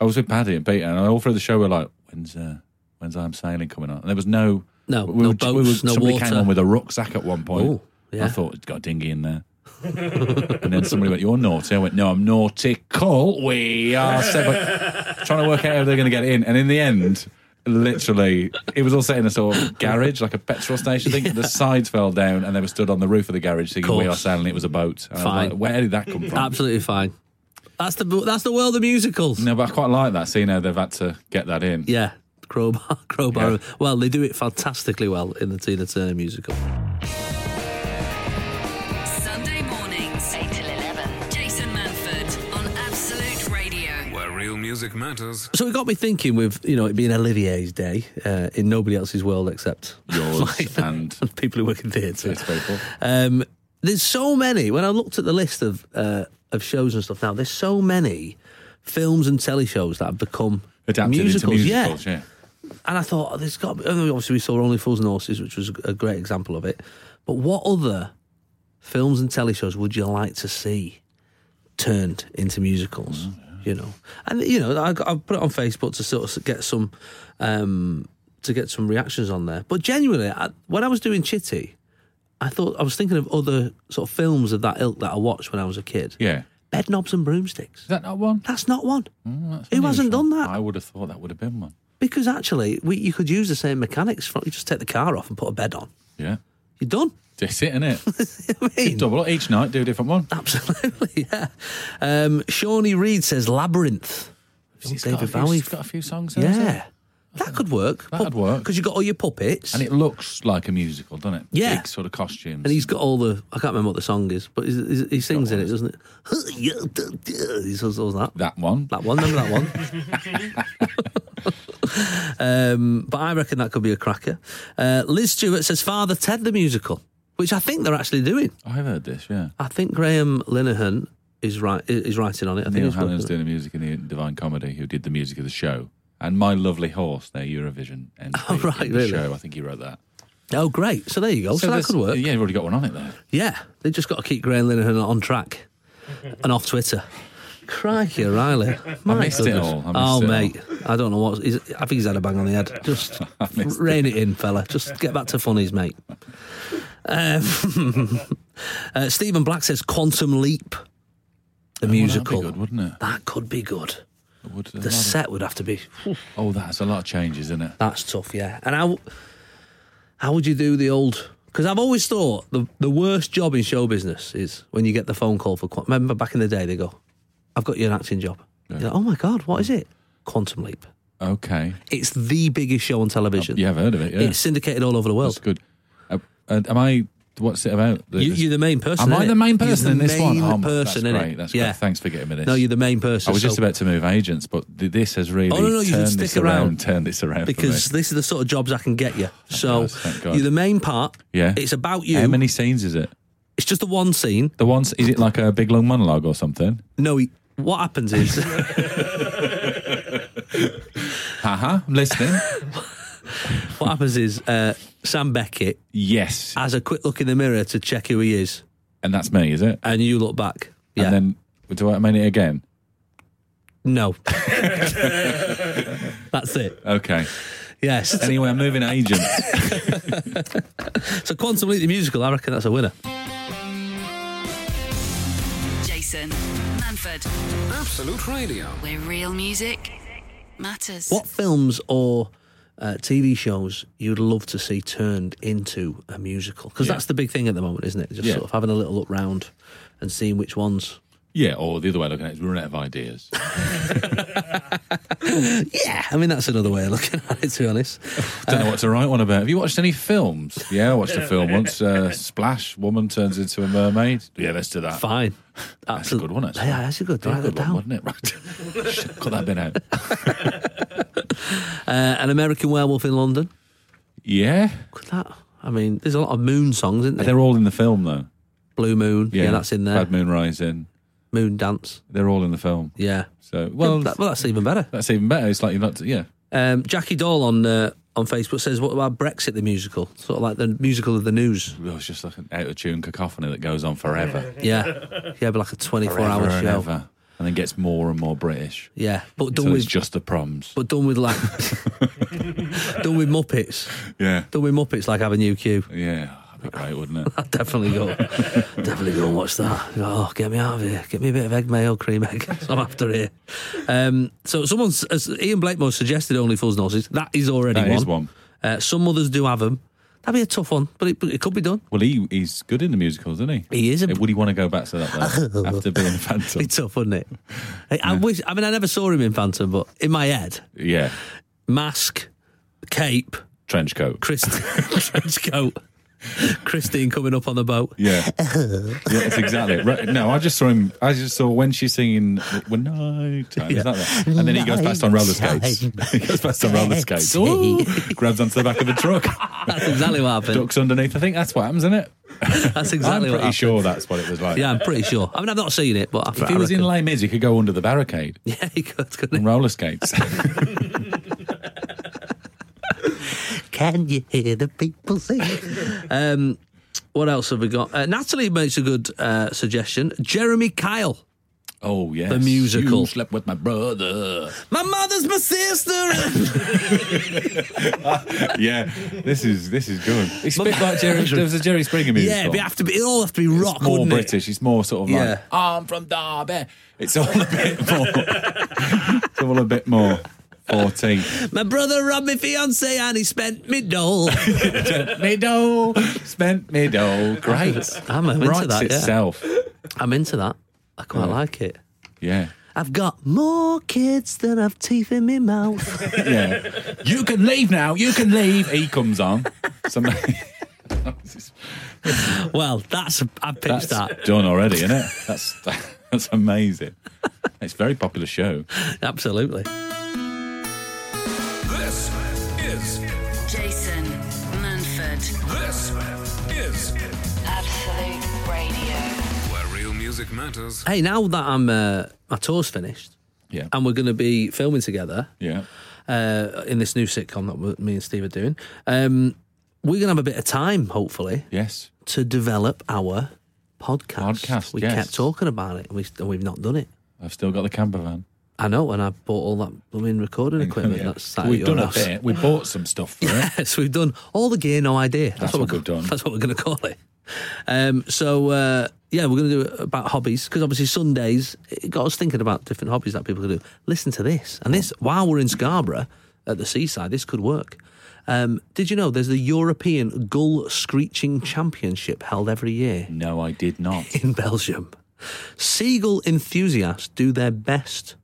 D: I was with Paddy and Peter, and all through the show, we are like, "When's uh, when's I'm sailing coming on?" And there was no.
C: No,
D: we
C: no
D: were- we were-
C: boats, no
D: somebody came
C: water.
D: on with a rucksack at one point.
C: Ooh, yeah.
D: I thought it's got a dinghy in there. and then somebody went, "You're naughty." I went, "No, I'm nautical. We are seven. trying to work out how they're going to get in." And in the end, literally, it was all set in a sort of garage, like a petrol station thing. The sides fell down, and they were stood on the roof of the garage, thinking we are
C: Course.
D: sailing. It was a boat. And I was
C: Fine.
D: like, Where did that come from?
C: absolutely fine. That's the that's the world of musicals.
D: No, but I quite like that. Seeing how they've had to get that in.
C: Yeah, crowbar, crowbar.
D: Yeah.
C: Well, they do it fantastically well in the Tina Turner musical.
B: Sunday mornings, 8 till 11. Jason Manford on Absolute Radio.
A: Where real music matters.
C: So it got me thinking with, you know, it being Olivier's day uh, in nobody else's world except
D: Yours and
C: people who work in theatre.
D: it's people.
C: Um, there's so many. When I looked at the list of uh, of shows and stuff now, there's so many films and telly shows that have become
D: Adapted
C: musicals.
D: into musicals.
C: yeah.
D: Yeah.
C: And I thought oh, there's got. To be, and obviously, we saw Only Fools and Horses, which was a great example of it. But what other
D: Mm,
C: films and telly shows would you like to see turned into musicals? you know. And you know, I, I put it on Facebook to sort of get some um, to get some reactions on there. But genuinely, I, when I was doing Chitty, I thought I was thinking of other sort of films of that ilk that I watched when I was a kid.
D: Yeah.
C: Bed knobs and broomsticks.
D: Is that not one?
C: That's not one
D: Mm, that's
C: Who hasn't done
D: unusual.
C: that?
D: I would have thought that would have been one.
C: because actually, we, you could use the same mechanics. From, you just take the car off and put a bed on.
D: Yeah.
C: You're done.
D: That's it, innit?
C: I mean,
D: Double each night, do a different one.
C: Absolutely, yeah. Um, Shawnee Reed says Labyrinth.
D: He's
C: David
D: got a few-
C: Bowie.
D: he's got a few songs. there, hasn't he?
C: Yeah. That could work.
D: That'd work.
C: Because you've got all your puppets.
D: And
C: And,
D: it looks like a musical, doesn't it?
C: Yeah.
D: Big sort of costumes.
C: he's got all the. I can't remember what the song is, but he's, he's, he sings in it, doesn't it? He says all that.
D: that one.
C: That one, remember that one? um, but I reckon that could be a cracker. Uh, Liz Stewart says Father Ted the musical, which I think they're actually doing.
D: I've heard this, yeah.
C: I think Graham Linehan is, right, is writing on it. I think
D: Neil
C: he's working
D: Hannon's
C: on it.
D: doing the music in the Divine Comedy, who did the music of the show. And My Lovely Horse, their Eurovision entry
C: Oh, right,
D: in the
C: really?
D: show. I think he wrote that.
C: Oh, great. So there you go. So, that
D: there's-
C: could work.
D: Yeah, you've already got one on it there.
C: Yeah, they just got to keep Graham Linehan on track and off Twitter. Crikey, Riley. My
D: missed it
C: goodness.
D: all. I
C: oh,
D: missed it all.
C: mate. I don't know what. He's, I think he's had a bang on the head. Just
D: missed
C: rein it in, fella. Just get back to funnies, mate. Um, uh, Stephen Black says Quantum Leap, the musical.
D: Oh, that'd be good, wouldn't it?
C: That could be good.
D: It would- a lot
C: The
D: of-
C: set would have to be.
D: oh, that's a lot of changes, isn't it?
C: That's tough, yeah. And how how would you do the old? Because I've always thought the the worst job in show business is when you get the phone call for. Quant- Remember back in the day, they go, "I've got you an acting job." You're like, oh my god, what is it? Quantum Leap.
D: Okay.
C: It's the biggest show on television.
D: You have heard of it, yeah.
C: It's syndicated all over the
D: That's
C: world.
D: good. Uh, and am I, what's it about?
C: You, you're the main person.
D: Am I
C: innit?
D: the main person
C: You're
D: in
C: the
D: this one?
C: main
D: Oh, my-
C: person,
D: that's
C: innit?
D: great. That's
C: yeah.
D: great. Thanks for getting me this.
C: No, you're the main person.
D: I was just
C: so-
D: about to move agents, but th- this has really
C: Oh, no, no, you can
D: turned
C: stick
D: this around,
C: around.
D: Turned this around for
C: because
D: me.
C: this is the sort of jobs I can get you. So
D: God, thank God.
C: you're the main part.
D: Yeah.
C: It's about you.
D: How many scenes is it?
C: It's just the one scene.
D: The ones is it like a big long monologue or something?
C: No, he, what happens is.
D: Haha, I'm Uh-huh, listening.
C: What happens is uh, Sam Beckett
D: yes,
C: has a quick look in the mirror to check who he is,
D: and that's me, is it?
C: and you look back. Yeah.
D: And then do I mean it again?
C: no. That's it.
D: Okay.
C: Yes.
D: Anyway, I'm moving agent.
C: So Quantum Leap the musical, I reckon that's a winner.
B: Jason Manford,
A: Absolute Radio.
B: where real music matters.
C: What films or uh, TV shows you'd love to see turned into a musical? Because
D: Yeah.
C: that's the big thing at the moment, isn't it? Just
D: Yeah.
C: sort of having a little look round and seeing which ones.
D: yeah, or the other way of looking at it is we run out of ideas.
C: Yeah, I mean that's another way of looking at it. To be honest,
D: Don't know what to write one about. Have you watched any films? Yeah, I watched a film once. Uh, Splash, woman turns into a mermaid. Yeah, let's do that.
C: fine.
D: That's a
C: Absolute-
D: good one. Actually.
C: Yeah, that's a good.
D: Yeah,
C: Write that
D: good one,
C: down.
D: wasn't it? Right. Shit, Cut that bit out.
C: Uh, an American Werewolf in London.
D: Yeah,
C: Could that? I mean, there's a lot of moon songs, isn't there?
D: they're all in the film though.
C: Blue Moon, yeah, that's in there.
D: Bad Moon Rising.
C: Moon Dance,
D: They're all in the film.
C: yeah.
D: So
C: Well,
D: well,
C: that, well that's even better.
D: that's even better. It's like you're not. Yeah,
C: Um, Jackie Doll on uh, on Facebook says, "What about Brexit the musical? Sort of like the musical of the news."
D: Well, it's just like an out of tune cacophony that goes on forever,
C: Yeah, yeah, but like a 24
D: forever
C: hour
D: and
C: show.
D: ever, and then gets more and more British.
C: Yeah, but
D: So
C: done
D: it's
C: with
D: just the proms.
C: but done with like done with Muppets.
D: yeah,
C: Done with Muppets like having UQ.
D: yeah, that'd be great, wouldn't it?
C: I'd definitely go. definitely go and watch that. Oh, get me out of here. Get me a bit of egg mayo, cream egg. I'm after here. Um, so someone's as Ian Blakemore suggested only fools noses. That is already
D: That
C: one.
D: is one.
C: Uh, some others do have them. That'd be a tough one, but it, but it could be done.
D: Well, he he's good in the musicals, isn't he?
C: He is a-
D: Would he want to go back to that though, after being a
C: It'd
D: Phantom?
C: be tough, wouldn't it? I, I wish. I mean, I never saw him in Phantom, but in my head,
D: Yeah,
C: mask, cape,
D: trench coat.
C: Christ- trench coat, Christine coming up on the boat.
D: Yeah, yeah, that's exactly. It. Right. No, I just saw him. I just saw when she's singing "When Night Time," is that that? and then he goes past on roller skates. he goes past on roller skates. Ooh, grabs onto the back of a truck,
C: That's exactly what happened.
D: ducks underneath. I think that's what happens, isn't it?
C: That's exactly
D: I'm
C: what
D: pretty
C: happened.
D: sure that's what it was like.
C: Yeah, I'm pretty sure. I mean, I've not seen it, but I,
D: If he
C: I
D: was in
C: reckon-
D: Les Mis, he could go under the barricade
C: yeah, he could, couldn't he?
D: on roller skates.
C: Can you hear the people sing? um, what else have we got? Uh, Natalie makes a good uh, suggestion. Jeremy Kyle.
D: Oh yes,
C: The musical.
D: You slept with my brother.
C: My mother's my sister.
D: yeah, this is this is good. It's a bit like Jerry. There was a Jerry Springer musical.
C: yeah, it'd have to be. It'll have to be rock,
D: it's more
C: wouldn't it?
D: British. It's more sort of like
C: Yeah.
D: I'm from Derby. It's all a bit more. it's all a bit more. 14.
C: My brother robbed my fiance and he spent me doll.
D: middle, spent middle. Great.
C: I'm into
D: Writes
C: that, yeah.
D: itself.
C: I'm into that. I quite like it.
D: Yeah.
C: I've got more kids than I've teeth in my mouth.
D: Yeah. You can leave now. You can leave. He comes on. Somebody.
C: well, that's I've
D: That's
C: pitched that.
D: done already, isn't it? That's that's amazing. It's a very popular show.
C: Absolutely.
A: This is
B: Jason Manford,
A: this is
B: Absolute Radio.
A: where real music matters.
C: Hey, now that I'm uh, my tour's finished
D: Yeah.
C: and we're going to be filming together
D: yeah.
C: uh, in this new sitcom that we- me and Steve are doing, um, we're going to have a bit of time, hopefully,
D: Yes.
C: to develop our podcast.
D: Podcast,
C: we
D: yes.
C: kept talking about it, and, we, and we've not done it.
D: I've still got the camper van.
C: I know, and I bought all that blooming recording equipment.
D: Oh, Yeah.
C: That's sat at
D: We've
C: your
D: done a
C: house.
D: bit. We bought some stuff for it.
C: Yes, we've done all the gear, no idea.
D: That's what we've done.
C: That's what we're going to call it. Um, so uh, yeah, we're going to do it about hobbies because obviously Sundays it got us thinking about different hobbies that people could do. Listen to this, and this while we're in Scarborough at the seaside, this could work. Um, did you know there's the European Gull Screeching Championship held every year
D: No, I did not.
C: in Belgium? Seagull enthusiasts do their best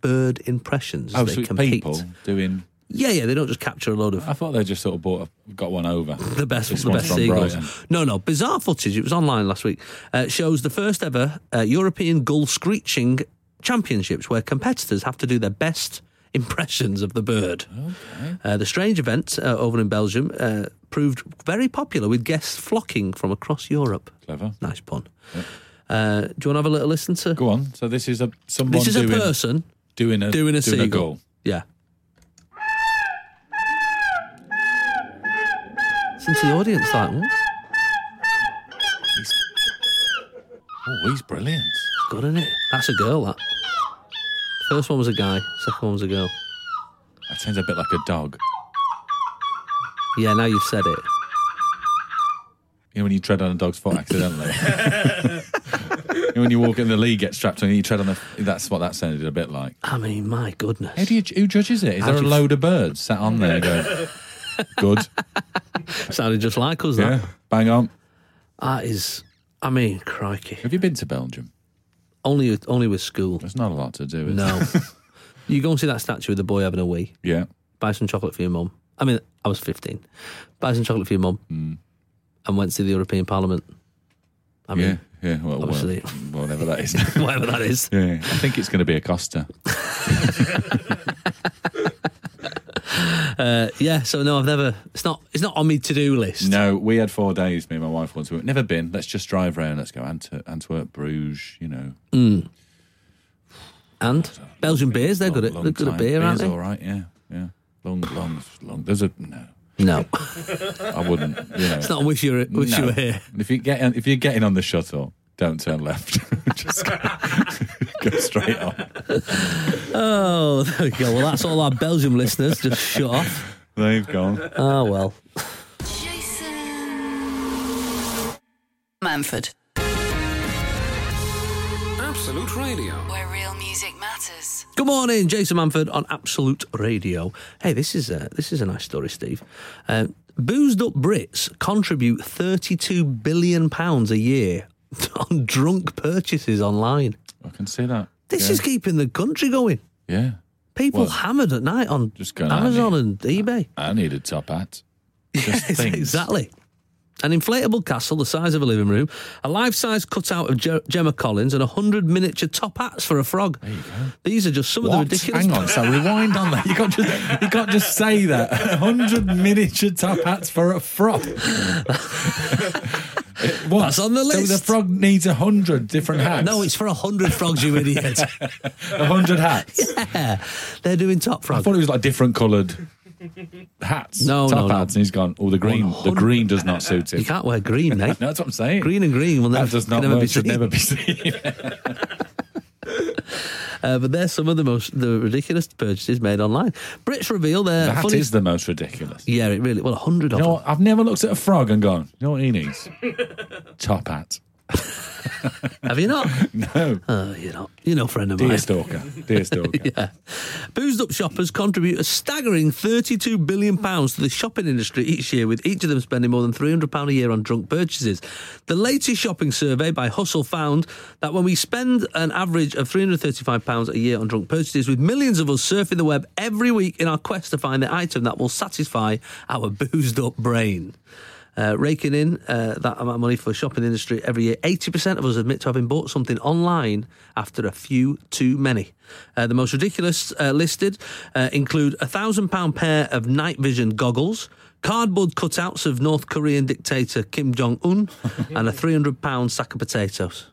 C: bird impressions as
D: Oh,
C: they
D: so it's
C: compete.
D: people doing.
C: Yeah, yeah, they don't just capture a load of
D: I thought they just sort of bought a, got one over.
C: the best,
D: This
C: the
D: one's
C: best
D: from
C: seagulls.
D: Brighton.
C: No, no, bizarre footage. It was online last week. Uh, shows the first ever uh, European gull screeching championships, where competitors have to do their best impressions of the bird. Uh, the strange event uh, over in Belgium uh, proved very popular, with guests flocking from across Europe.
D: Clever.
C: Nice pun. Uh, do you want to have a little listen to?
D: Go on. So this is a someone
C: This is a
D: doing,
C: person
D: doing a
C: doing a
D: doing a
C: seagull.
D: goal.
C: Yeah. Listen to the audience like, what?
D: He's, oh, he's brilliant.
C: Good, isn't it? That's a girl, that. First one was a guy, second one was a girl.
D: That sounds a bit like a dog.
C: Yeah, now you've said it.
D: You know when you tread on a dog's foot accidentally. you know when you walk in the league, get strapped on, and you tread on the. That's what that sounded a bit like.
C: I mean, my goodness.
D: How do you, who judges it? Is
C: How
D: there a
C: do you-
D: load of birds sat on there going, good,
C: Sounded just like us,
D: yeah, bang on?
C: that. That is, I mean, crikey.
D: Have you been to Belgium?
C: Only, with- only with school.
D: There's not a lot to do. Is
C: No.
D: there?
C: you go and see that statue of the boy having a wee.
D: Yeah.
C: Buy some chocolate for your mum. I mean, I was 15. Buy some chocolate for your mum.
D: Hmm.
C: And went to the European Parliament. I mean,
D: Yeah. Yeah. Well, well,
C: obviously.
D: whatever that is.
C: whatever that is.
D: yeah. I think it's going to be a Costa.
C: Uh, yeah, so no, I've never, it's not, it's not on my to-do list.
D: No, we had four days, me and my wife once. We've never been. Let's just drive round. Let's go Antwerp, Antwerp Bruges, you know.
C: And Belgian beers, they're
D: Long-
C: good at,
D: long
C: they're good at
D: time.
C: beer, aren't
D: Beer's
C: they?
D: all right, yeah. Yeah. Long, long, long. There's a. No.
C: No.
D: I wouldn't. You know.
C: It's not wish you were, wish you
D: No.
C: were here.
D: If you get if you're getting on the shuttle, don't turn left. Just go, go straight on.
C: Oh, there we go. Well, that's all our Belgium listeners just shut off.
D: They've gone.
C: Oh, well.
B: Jason Manford,
A: Absolute Radio.
B: where real music matters.
C: Good morning, Jason Manford on Absolute Radio. Hey, this is a, this is a nice story, Steve. Um, boozed up Brits contribute £32 billion pounds a year on drunk purchases online.
D: I can see that.
C: This
D: yeah.
C: is keeping the country going.
D: yeah.
C: People
D: Well,
C: hammered at night on
D: just going out
C: Amazon and eBay.
D: I need a top hat. Just
C: Yes,
D: things.
C: exactly. An inflatable castle the size of a living room, a life size cutout of Ge- Gemma Collins, and 100 miniature top hats for a frog. These are just some of
D: What?
C: the ridiculous.
D: Hang on, so rewind on that. You can't just you can't just say that. hundred miniature top hats for a frog. It- what?
C: That's on the
D: So the
C: list.
D: frog needs a hundred different hats.
C: No, it's for 100 frogs, you idiot.
D: a hundred hats.
C: Yeah, They're doing top
D: I
C: frog.
D: thought it was like different coloured hats.
C: No,
D: top
C: no, no.
D: hats. And he's gone. Oh, the green. The
C: 100.
D: green does not suit him.
C: You can't wear green, mate.
D: No, that's what I'm saying.
C: Green and green will never,
D: that does
C: can
D: not
C: never
D: work.
C: be
D: Should
C: seen.
D: never be seen.
C: Uh, but there's some of the most the ridiculous purchases made online. Brits reveal their
D: That is
C: funny.
D: the most ridiculous.
C: yeah, it really. Well, a hundred of
D: You know
C: them.
D: what? I've never looked at a frog and gone, you know what he needs? Top hat.
C: Have you not?
D: No.
C: Oh, you're not. You're no friend of
D: Dear
C: mine.
D: stalker. Dear stalker.
C: Yeah. Boozed up shoppers contribute a staggering £32 billion to the shopping industry each year, with each of them spending more than £300 a year on drunk purchases. The latest shopping survey by Hustle found that when we spend an average of £335 a year on drunk purchases, with millions of us surfing the web every week in our quest to find the item that will satisfy our boozed up brain. Uh, raking in uh, that amount of money for the shopping industry every year. 80% of us admit to having bought something online after a few too many. Uh, the most ridiculous uh, listed uh, include a £1,000 pair of night vision goggles, cardboard cutouts of North Korean dictator Kim Jong un, and a £300 sack of potatoes.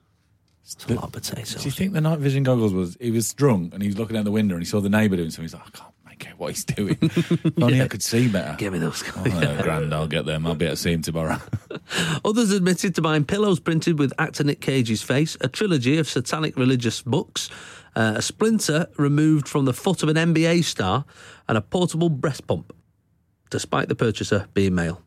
C: It's a lot of
D: Do you
C: potatoes.
D: think the night vision goggles was he was drunk and he was looking out the window and he saw the neighbour doing something? He's like, I can't make out what he's doing. If only I could see better.
C: Give me those.
D: Oh, no, grand, I'll get them. I'll be able to see him tomorrow.
C: Others admitted to buying pillows printed with actor Nick Cage's face, a trilogy of satanic religious books, uh, a splinter removed from the foot of an NBA star, and a portable breast pump, despite the purchaser being male.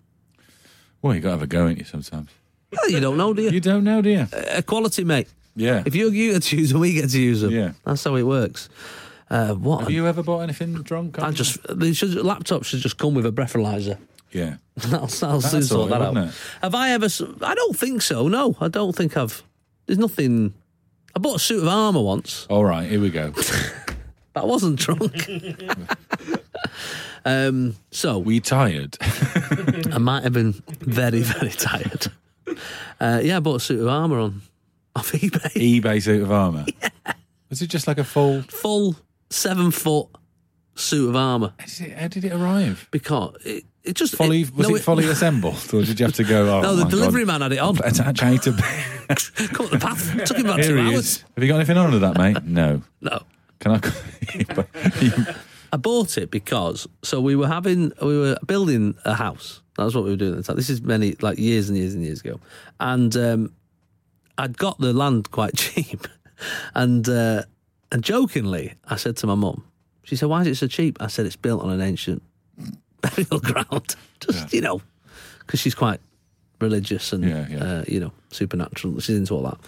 D: well, you got to have a go, ain't you, sometimes?
C: Well, you don't know, do you?
D: You don't know, do you?
C: Equality, mate.
D: Yeah.
C: Uh, If you, you get to use them, we get to use them.
D: Yeah.
C: That's how it works. Uh, what?
D: Have
C: a-
D: you ever bought anything drunk?
C: I just they should laptops should just come with a breathalyzer.
D: Yeah.
C: That'll, that'll soon
D: That's
C: sort
D: all right,
C: that out.
D: wouldn't it?
C: Have I ever? s- I don't think so. No, I don't think I've. There's nothing. I bought a suit of armour once,
D: All right, here we go.
C: but I wasn't drunk. um, so
D: Were you tired?
C: I might have been very, very tired. Uh, yeah, I bought a suit of armour on off eBay.
D: eBay suit of armour. Was it just like a full?
C: Full seven foot suit of armour
D: Is it- How did it arrive?
C: because it, it just it-
D: Fully was
C: no,
D: it fully assembled, or did you have to go? Oh,
C: No, the
D: my
C: delivery
D: God.
C: man had it on.
D: Attach A to B.
C: Come up the path. Took him about
D: Here
C: two
D: he
C: hours.
D: is. Have you got anything on with that, mate? No.
C: No.
D: Can I?
C: I bought it because so we were having we were building a house. That's what we were doing at the time. This is many like years and years and years ago, and um, I'd got the land quite cheap, and uh, and jokingly I said to my mum, she said, "Why is it so cheap?" I said, "It's built on an ancient burial ground, just you know, because she's quite religious and
D: Yeah, yeah.
C: Uh, you know supernatural. She's into all that."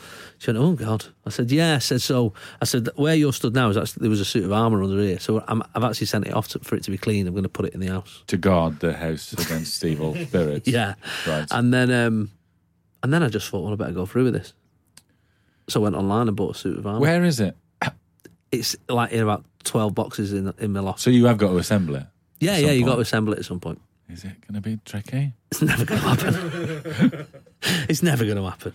C: She went, "Oh God!" I said, "Yeah." I said, "So I said where you're stood now is actually there was a suit of armour under here, so I'm, I've actually sent it off to, for it to be cleaned. I'm going to put it in the house."
D: to guard the house against evil spirits.
C: Yeah,
D: Right.
C: and then um, and then I just thought, well, I better go through with this. So I went online and bought a suit of armour.
D: Where is it?
C: It's like in about twelve boxes in in my loft.
D: So you have got to assemble it.
C: yeah,
D: at
C: yeah,
D: some
C: you got to
D: point.
C: assemble it at some point.
D: Is it going to be tricky?
C: It's never going to happen. it's never going to happen.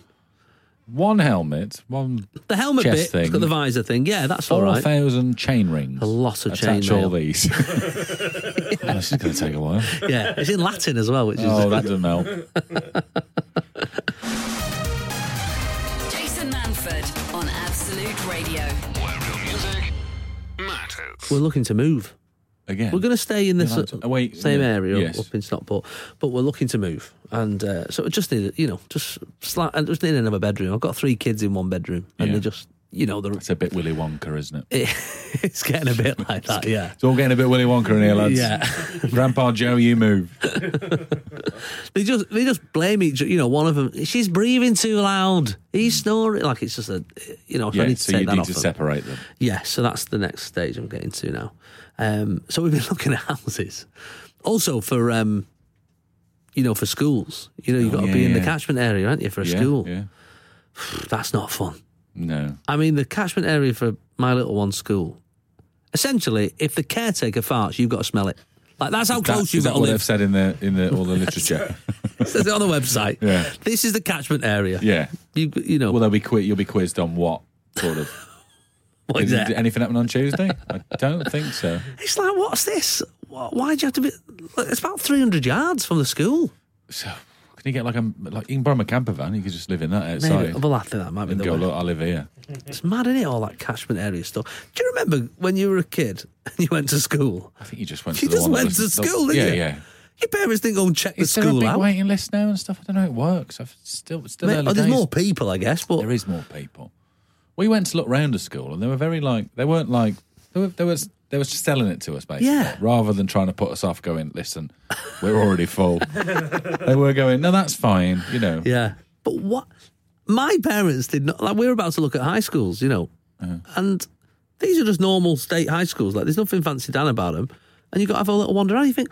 D: One helmet, one
C: The helmet
D: Chest
C: bit, it's got
D: thing.
C: the visor thing. Yeah, that's all
D: four
C: right.
D: thousand chain rings.
C: A lot of
D: Attach
C: chain mail.
D: all these. Oh, this is going to take a while.
C: Yeah, it's in Latin as well, which is
D: Oh, that doesn't help.
B: Jason Manford on Absolute Radio.
A: Where real music matters.
C: we're looking to move.
D: Again,
C: We're going to stay in this
D: Yeah, that's-
C: uh,
D: oh, wait,
C: same
D: yeah,
C: area
D: yes.
C: up in Stockport, but we're looking to move, and uh, so I just need, you know, just slight, I just need another bedroom. I've got three kids in one bedroom, and
D: Yeah.
C: they just, you know, they're,
D: It's a bit Willy Wonka, isn't it?
C: it's getting a bit like that, yeah.
D: It's all getting a bit Willy Wonka in here, lads.
C: Yeah.
D: Grandpa Joe, you move.
C: They just they just blame each. You know, one of them. She's breathing too loud. He's snoring. Like it's just a. You know, I
D: Yeah,
C: need to
D: so
C: take
D: you
C: that
D: need
C: off.
D: to
C: them.
D: separate them.
C: yeah, so that's the next stage I'm getting to now. Um, so we've been looking at houses, also for um, you know, for schools. You know, you've
D: Oh,
C: got to
D: yeah,
C: be in the
D: yeah.
C: catchment area, aren't you, for a
D: Yeah,
C: school?
D: Yeah.
C: That's not fun.
D: No.
C: I mean, the catchment area for my little one's school. Essentially, if the caretaker farts, you've got to smell it. Like that's how
D: That-
C: close
D: is
C: you've
D: that
C: got to
D: what they've
C: live.
D: said in the in the all the literature?
C: Says it on the website.
D: Yeah.
C: This is the catchment area.
D: yeah.
C: You, you know,
D: Well, they'll be quiz. You'll be quizzed on what sort of.
C: what is
D: Did-
C: that?
D: did anything happen on Tuesday? I don't think so.
C: It's like, what's this? Wh- Why do you have to be? It's about 300 yards from the school.
D: So can you get like a like you can borrow my camper van? You could just live in that
C: Maybe.
D: outside
C: Well, I think that might be
D: and
C: the
D: go
C: way.
D: look. I live here.
C: It's mad, isn't it? All that catchment area stuff. Do you remember when you were a kid and you went to school?
D: I think you just went.
C: You
D: to the
C: just
D: one that
C: went
D: was-
C: to
D: the-
C: school, didn't
D: yeah,
C: you?
D: Yeah,
C: Your parents didn't go and check
D: Is
C: the
D: there a
C: school
D: big
C: out.
D: waiting list now and stuff? I don't know how it works. I've still still
C: Mate,
D: early
C: oh, there's
D: days.
C: more people, I guess, but
D: There is more people. we went to look round a school, and they were very like they weren't like they were they was they were selling it to us basically,
C: Yeah.
D: rather than trying to put us off. Going, listen, we're already full. they were going, no, that's fine, you know.
C: Yeah. But what? My parents did not. Like, we're about to look at high schools, you know. And these are just normal state high schools. Like, there's nothing fancy down about them. And you got to have a little wander around. You think,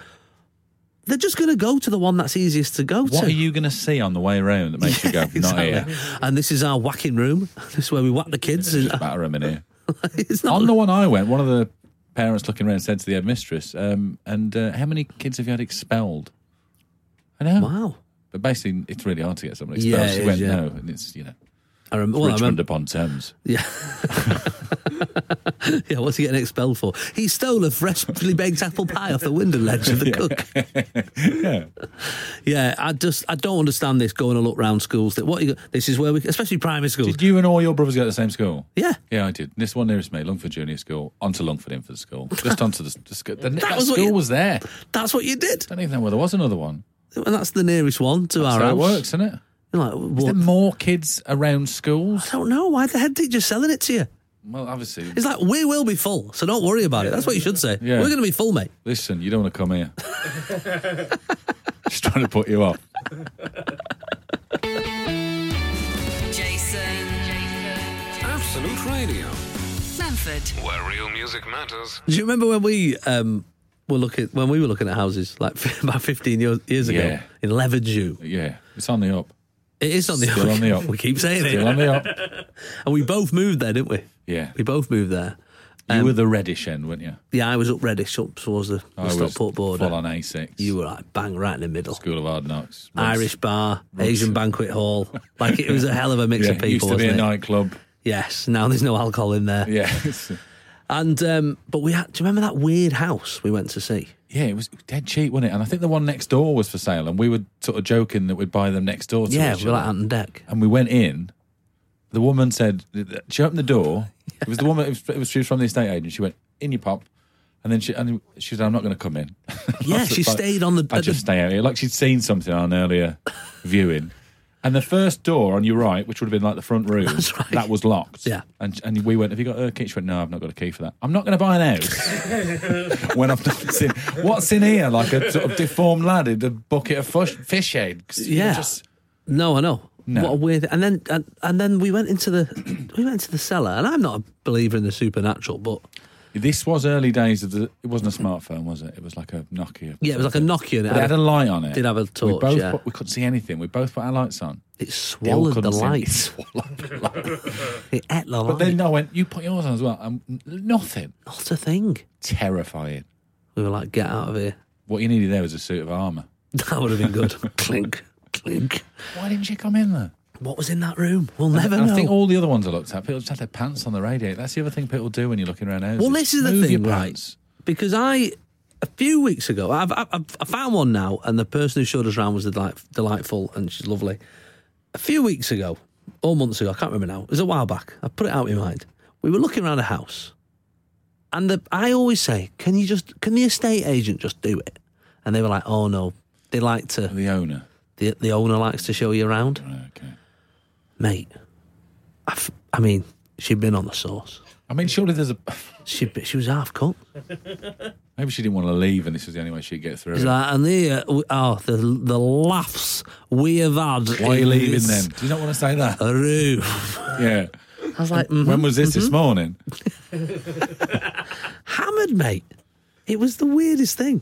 C: they're just going to go to the one that's easiest to go
D: What
C: to.
D: are you going to see on the way round that makes you go, not
C: Exactly.
D: here?
C: And this is our whacking room. This is where we whack the kids.
D: Just batter 'em in here.
C: it's not
D: On the one I went, one of the parents looking around said to the headmistress, um, "And uh, how many kids have you had expelled?" I know,
C: Wow.
D: but basically, it's really hard to get someone expelled.
C: Yeah,
D: she
C: it is,
D: went,
C: yeah.
D: "No," and it's you know,
C: I remember. Well, I
D: Richmond
C: remember
D: upon Thames.
C: yeah. yeah, what's he getting expelled for? He stole a freshly baked apple pie off the window ledge of the cook.
D: Yeah,
C: Yeah, I just I don't understand this going to look round schools. That what you, this is where we, especially primary schools.
D: did you and all your brothers go to the same school?
C: yeah,
D: Yeah, I did. This one nearest me, Longford Junior School, onto Longford Infant School, just onto the, the school. That,
C: was what
D: school
C: you-
D: was there.
C: that's what you did,
D: Don't even know whether there was another one.
C: and that's the nearest one to
D: So
C: our
D: that
C: house.
D: works, isn't it?
C: You're like, what?
D: Is there more kids around schools?
C: I don't know why the head teacher's selling it to you.
D: Well, obviously,
C: It's like we will be full, so don't worry about it. That's what you should say.
D: Yeah.
C: We're going to be full, mate.
D: Listen, you don't want to come here. Just trying to put you off.
B: Jason. Jason.
A: Absolute Radio,
B: Manford.
A: where real music matters.
C: Do you remember when we um, were looking when we were looking at houses like about fifteen years, years ago
D: Yeah.
C: in Leverdew?
D: Yeah, it's on the up.
C: It is on the
D: Still on the up.
C: We keep saying
D: Still
C: it,
D: on the up.
C: and we both moved there, didn't we?
D: Yeah. Um,
C: We both moved there.
D: you were the reddish end, weren't you?
C: Yeah, I was up reddish up towards the, the Stockport border.
D: full on A6.
C: You were like bang right in the middle.
D: School of Hard Knocks.
C: Irish bar, Asian banquet hall. Like it was a hell of a mix
D: Yeah,
C: of
D: it
C: people.
D: used to be
C: wasn't
D: a
C: it?
D: nightclub.
C: Yes. Now there's no alcohol in there.
D: Yeah.
C: And um, but we had. Do you remember that weird house we went to see?
D: yeah, it was dead cheap, wasn't it? And I think the one next door was for sale, and we were sort of joking that we'd buy them next door to
C: yeah,
D: each
C: we were like
D: other.
C: out on deck.
D: and we went in. The woman said, she opened the door. It was the woman, it was, it was, she was from the estate agent. She went, in your pop. And then she, and she said, I'm not going to come in. I
C: Yeah,
D: was
C: she
D: like,
C: stayed on the. at
D: I
C: the-
D: just stay out here. Like she'd seen something on an earlier viewing. And the first door on your right, which would have been like the front room,
C: right.
D: that was locked.
C: Yeah.
D: And, and we went, Have you got a key? She went, No, I've not got a key for that. I'm not going to buy an house when I've not seen. What's in here? Like a sort of deformed lad in a bucket of fush, fish eggs. You
C: Yeah.
D: Just,
C: no, I know.
D: No.
C: What a weird. And then and, and then we went into the we went into the cellar. And I'm not a believer in the supernatural, but
D: this was early days of the. It wasn't a smartphone, was it? It was like a Nokia.
C: yeah, it was like a Nokia. And it
D: But it
C: had
D: had a light on it.
C: did have a
D: We,
C: torch,
D: both
C: yeah.
D: put, we couldn't see anything. We both put our lights on.
C: a- it
D: They all
C: swallowed the
D: couldn't see- it
C: light.
D: swallowed the light.
C: It ate the
D: But then
C: light.
D: I went, you put yours on as well. And n- nothing.
C: Not a thing.
D: Terrifying.
C: We were like, get out of here.
D: What you needed there was a suit of armour.
C: That would have been good. clink, clink.
D: Why didn't you come in there?
C: What was in that room? We'll never
D: And
C: know.
D: I think all the other ones I looked at, people just had their pants on the radiator. That's the other thing people do when you're looking around houses.
C: well, this is the
D: Move
C: thing,
D: your
C: right?
D: pants.
C: Because I, a few weeks ago, I've, I've, I've I found one now, and the person who showed us around was delight, delightful, and she's lovely. A few weeks ago, or months ago, I can't remember now. It was a while back. I put it out in my mind. We were looking around a house, and the, I always say, "Can you just? Can the estate agent just do it?" And they were like, "Oh no, they like to.
D: The owner.
C: The, the owner likes to show you around."
D: Okay.
C: mate. I, f- I mean, she'd been on the sauce.
D: I mean, surely there's a.
C: She she was half cut.
D: Maybe she didn't want to leave and this was the only way she'd get through.
C: It's
D: it.
C: like, and the uh, oh the the laughs we have had.
D: Why are you
C: in
D: leaving
C: this
D: then? Do you not want to say that?
C: Room.
D: yeah.
C: I was like, mm,
D: When was this this morning?
C: hammered, mate. It was the weirdest thing.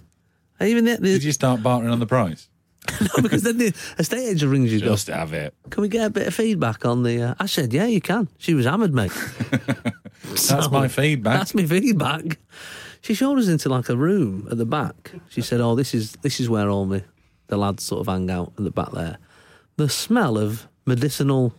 C: And Even the, the,
D: Did you start bartering on the price?
C: no, because then the estate agent rings you. Goes,
D: Just have it.
C: can we get a bit of feedback on the? Uh, I said, yeah, you can. She was hammered, mate.
D: That's my feedback.
C: That's my feedback. She showed us into like a room at the back. She said, "Oh, this is this is where all my the lads sort of hang out at the back there." The smell of medicinal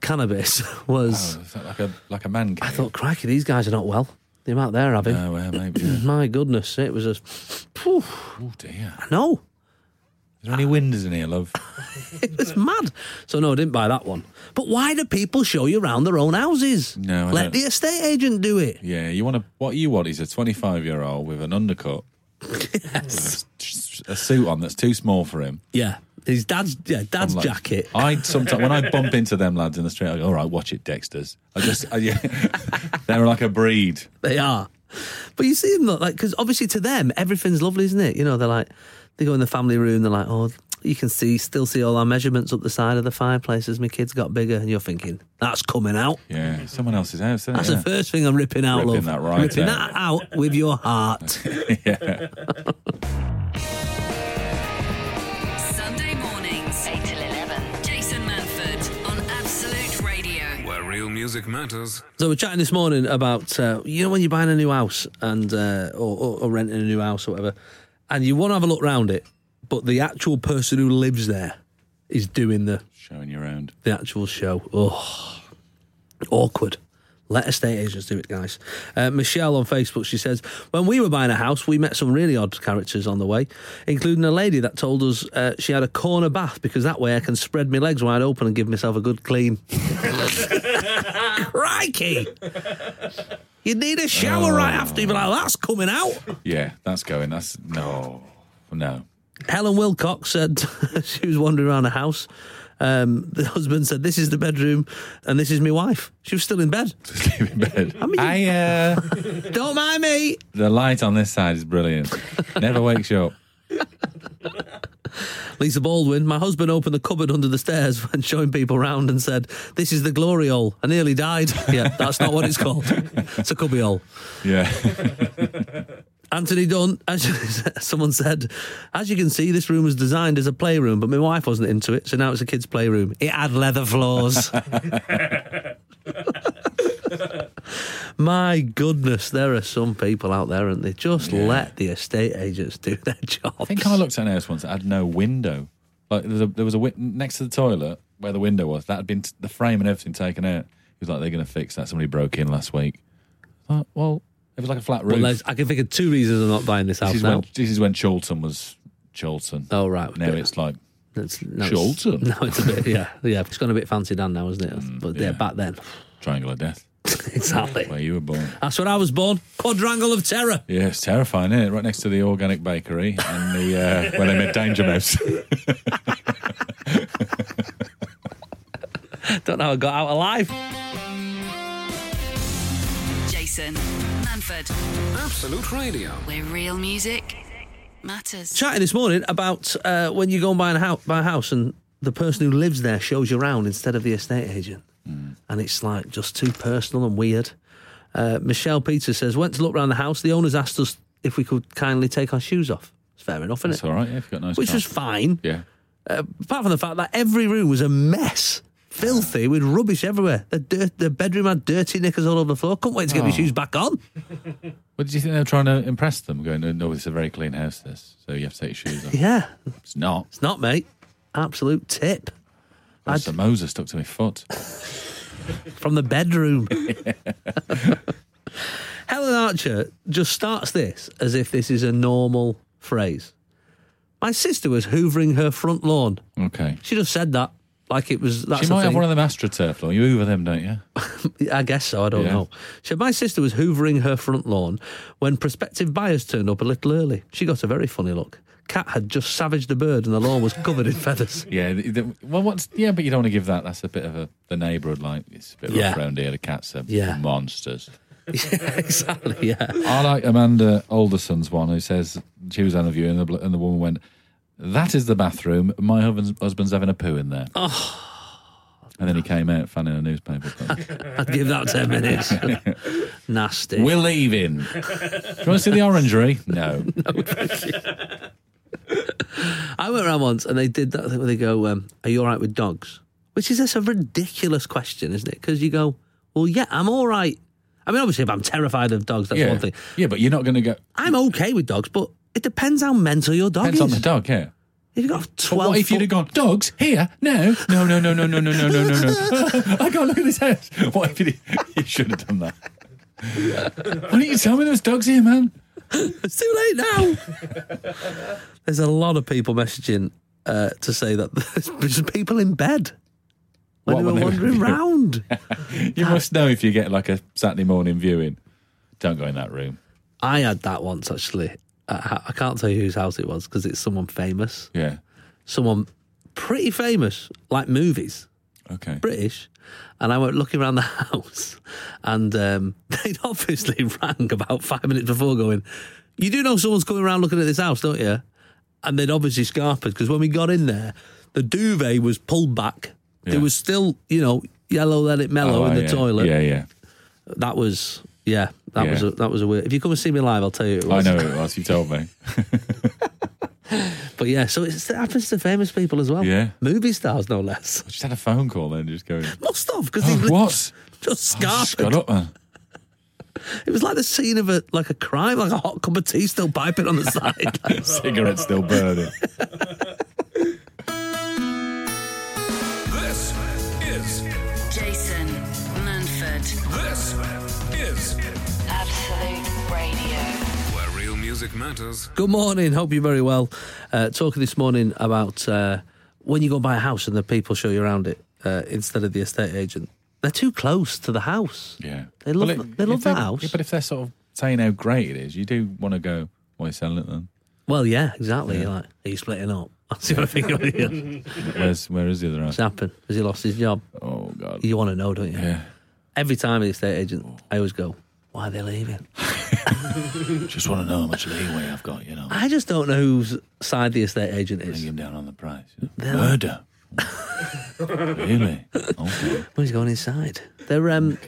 C: cannabis was.
D: Oh, is that like a like a man
C: I
D: cave?
C: thought, crikey, these guys are not well. The amount they're having.
D: Oh, well, maybe. yeah.
C: My goodness, it was a. Phew,
D: Oh dear. Are
C: no,
D: there any windows in here, love?
C: it was mad. So no, I didn't buy that one. But why do people show you around their own houses?
D: No, I
C: let
D: don't.
C: the estate agent do it.
D: Yeah, you want to. What you want is a 25 year old with an undercut, with a s- s- a suit on that's too small for him.
C: Yeah, his dad's yeah dad's
D: I'm like-
C: jacket.
D: I sometimes when I bump into them lads in the street, I go, "All right, watch it, Dexters." I just I, yeah, they're like a breed.
C: They are. But you see them look like because obviously to them everything's lovely, isn't it? You know, they're like they go in the family room. They're like, oh, you can see still see all our measurements up the side of the fireplace as my kids got bigger, and you're thinking that's coming out.
D: Yeah, someone else's house. isn't it?
C: That's
D: yeah.
C: the first thing I'm ripping out,
D: Ripping
C: love.
D: that right
C: ripping that
D: out.
C: out with your heart.
B: Sunday mornings, 8 till 11. Jason Manford on Absolute Radio.
A: where real music matters.
C: So we're chatting this morning about uh, you know when you're buying a new house and uh, or, or, or renting a new house or whatever, and you want to have a look round it, but the actual person who lives there is doing the
D: Showing you around.
C: the actual show. Oh, awkward. Let estate agents do it, guys. Uh, Michelle on Facebook, she says, When we were buying a house, we met some really odd characters on the way, including a lady that told us uh, she had a corner bath because that way I can spread my legs wide open and give myself a good clean. Crikey! You need a shower right after you, but like, that's coming out.
D: Yeah, that's going. That's no, no.
C: Helen Wilcox said she was wandering around the house. Um, the husband said, "This is the bedroom, and this is my wife. She was still in bed.
D: Just leave in bed. I uh,
C: Don't mind me."
D: the light on this side is brilliant. Never wakes you up.
C: Lisa Baldwin, my husband opened the cupboard under the stairs when showing people round and said, "This is the glory hole. I nearly died." Yeah, that's not what it's called. It's a cubby hole.
D: Yeah,
C: Anthony Dunn, as someone said, as you can see, this room was designed as a playroom, but my wife wasn't into it, so now it's a kid's playroom. It had leather floors. my goodness, there are some people out there, aren't they? Just let the estate agents do their job.
D: I think I looked at an house once that had no window. Like there was a, there was a win- next to the toilet where the window was. That had been t- the frame and everything taken out. It was like they're going to fix that. Somebody broke in last week. I thought, well, it was like a flat roof.
C: But Les, I can think of two reasons I'm not buying this
D: this
C: house
D: is
C: now.
D: when this is when Cholton was Cholton.
C: Oh, right.
D: Now it's like
C: That's, no,
D: Charlton.
C: It's, no, it's a bit, yeah, yeah. It's gone a bit fancy down now, isn't it? But yeah,
D: Mm, yeah.
C: back then,
D: Triangle of Death
C: exactly.
D: where you were born.
C: That's where I was born. Quadrangle of Terror.
D: Yeah, it's terrifying, isn't it? Right next to the organic bakery and the uh, where they made Danger Mouse.
C: Don't know how I got out alive.
B: Jason Manford,
A: Absolute Radio.
B: where real music matters.
C: chatting this morning about uh, when you go and buy a, house, buy a house and the person who lives there shows you around instead of the estate agent.
D: Mm.
C: And it's like just too personal and weird. Uh, Michelle Peters says, went to look round the house. The owners asked us if we could kindly take our shoes off. It's fair enough, isn't
D: That's
C: it?
D: all right. Yeah, if you've got nice.
C: Which was
D: carpet.
C: fine,
D: yeah.
C: apart from the fact that every room was a mess. Filthy with rubbish everywhere. The, dirt, the bedroom had dirty knickers all over the floor. Couldn't wait to get my
D: Oh.
C: shoes back on.
D: What did you think they were trying to impress them? Going, no, no, it's a very clean house. This, so you have to take your shoes off.
C: Yeah,
D: It's not.
C: it's not, mate. Absolute tip
D: It's a Moses stuck to my foot.
C: from the bedroom. Helen Archer just starts this as if this is a normal phrase. My sister was hoovering her front lawn.
D: Okay.
C: She just said that like it was that's
D: she might
C: a
D: have
C: thing.
D: one of them AstroTurf, or you hoover them, don't you?
C: I guess so. I don't
D: Yeah.
C: know. She said, My sister was hoovering her front lawn when prospective buyers turned up a little early. She got a very funny look. Cat had just savaged a bird, and the lawn was covered in feathers.
D: Yeah. the- the- well, what's yeah, but you don't want to give that. That's a bit of a the neighbourhood like it's a bit rough
C: Yeah.
D: around here. The cats are
C: Yeah.
D: monsters.
C: exactly. Yeah.
D: I like Amanda Alderson's one who says she was on a view and the, bl- and the woman went, That is the bathroom. My husband's, husband's having a poo in there. Oh. And then he came out fanning a newspaper.
C: I'd give that ten minutes. Nasty.
D: We're leaving. Do you want to see the orangery? No.
C: I went around once and they did that thing where they go, um, Are you all right with dogs? Which is just a ridiculous question, isn't it? Because you go, Well, yeah, I'm all right. I mean, obviously, if I'm terrified of dogs, that's
D: yeah.
C: one thing.
D: yeah, but you're not going to go.
C: I'm okay with dogs, but it depends how mental your dog
D: Depends
C: is.
D: on the dog, yeah.
C: If you've got a
D: But
C: 12
D: what if you'd have
C: foot-
D: gone, dogs, here? No. No, no, no, no, no, no, no, no, no, no. I can't look at this house. What if you, you should have done that? Why didn't you tell me there was dogs here, man?
C: It's too late now. There's a lot of people messaging uh, to say that there's just people in bed when
D: What
C: they
D: were
C: were
D: they-
C: wandering round.
D: You must know if you get like a Saturday morning viewing. Don't go in that room.
C: I had that once actually. I, I can't tell you whose house it was because it's someone famous,
D: Yeah.
C: someone pretty famous, like movies.
D: Okay.
C: British, and I went looking around the house, and um, they'd obviously rang about five minutes before, going, "You do know someone's coming around looking at this house, don't you?" And they'd obviously scarpered because when we got in there, the duvet was pulled back.
D: Yeah.
C: There was still, you know, yellow let it mellow
D: Oh,
C: in the
D: yeah.
C: toilet.
D: Yeah, yeah.
C: That was, yeah, that
D: Yeah.
C: was a, that was a weird. If you come and see me live, I'll tell you. It
D: I
C: was.
D: know who it was. You told me.
C: but yeah, so it's, it happens to famous people as well.
D: Yeah.
C: movie stars no less.
D: I just had a phone call then, just going.
C: Must have because
D: Oh,
C: they
D: what?
C: just
D: Oh,
C: scarpered.
D: Shut up, man.
C: It was like the scene of a like a crime, like a hot cup of tea still piping on the side. Like,
D: Cigarette's still burning.
A: This is
B: Jason Manford,
A: this is
B: Absolute Radio.
A: where real music matters.
C: Good morning. Hope you're very well. Uh, talking this morning about uh, when you go and buy a house and the people show you around it uh, instead of the estate agent. They're too close to the house.
D: Yeah.
C: They love
D: Well,
C: they
D: if
C: love that house.
D: yeah, but if they're sort of saying how great it is, you do want to go, why are you selling it then?
C: well, yeah, exactly. You're like, are you splitting up? That's the only thing you want to hear.
D: Where's where is the other
C: What's
D: house?
C: happened? Has he lost his job?
D: Oh god.
C: You want to know, don't you?
D: Yeah.
C: Every time the estate agent, I always go, why are they leaving?
D: Just want to know how much leeway I've got, you know.
C: I just don't know whose side the estate agent
D: Bring
C: is.
D: him down on the price. you know. Murder. really? Okay.
C: Well, he's going inside. They're um,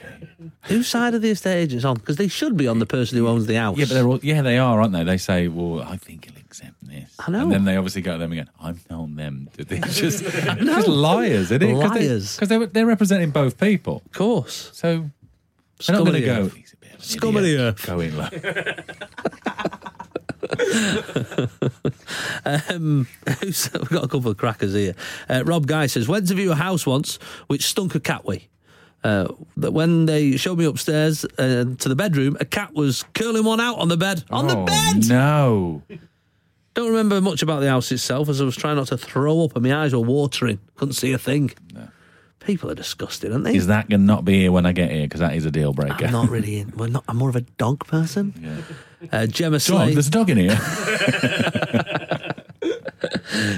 C: whose side of the estate agents on? Because they should be on the person who owns the house.
D: Yeah, but they're all, yeah, they are, aren't they? They say, "Well, I think he'll accept this,"
C: I know.
D: and then they obviously go to them again. I've known them. Did they just, just liars? Isn't it?
C: Liars.
D: Because they, were they're representing both people.
C: of course.
D: So they're not
C: Scum of
D: going to
C: the
D: go.
C: earth.
D: "He's a bit of an
C: Scum of
D: idiot."
C: the earth.
D: Go in low.
C: Um, who's- we've got a couple of crackers here. Uh, Rob Guy says, went to view a house once which stunk of catwee. Uh, that when they showed me upstairs uh, to the bedroom, a cat was curling one out on the bed. On the
D: Oh,
C: bed!
D: No.
C: Don't remember much about the house itself as I was trying not to throw up and my eyes were watering. Couldn't see a thing. People are disgusting, aren't they?
D: Is that going to not be here when I get here? Because that is a deal breaker.
C: I'm not really in. Well, not, I'm more of a dog person. Uh, Gemma
D: Dog,
C: Slade.
D: there's a dog in here.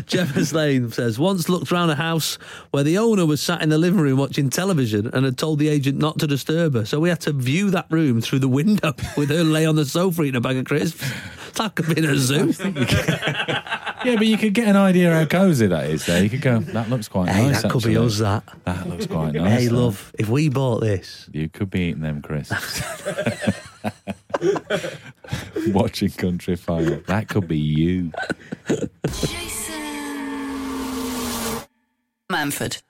C: Gemma Slade says once looked round a house where the owner was sat in the living room watching television and had told the agent not to disturb her. So we had to view that room through the window with her lay on the sofa eating a bag of crisps. It's like a bit of a zoo.
D: yeah, but you could get an idea how cozy that is. There, you could go. That looks quite
C: Hey,
D: nice.
C: that could be
D: actually.
C: us. That.
D: That looks quite nice.
C: Hey,
D: that.
C: love, if we bought this,
D: You could be eating them crisps. Watching Country Fire. That could be you.
B: Jason Manford,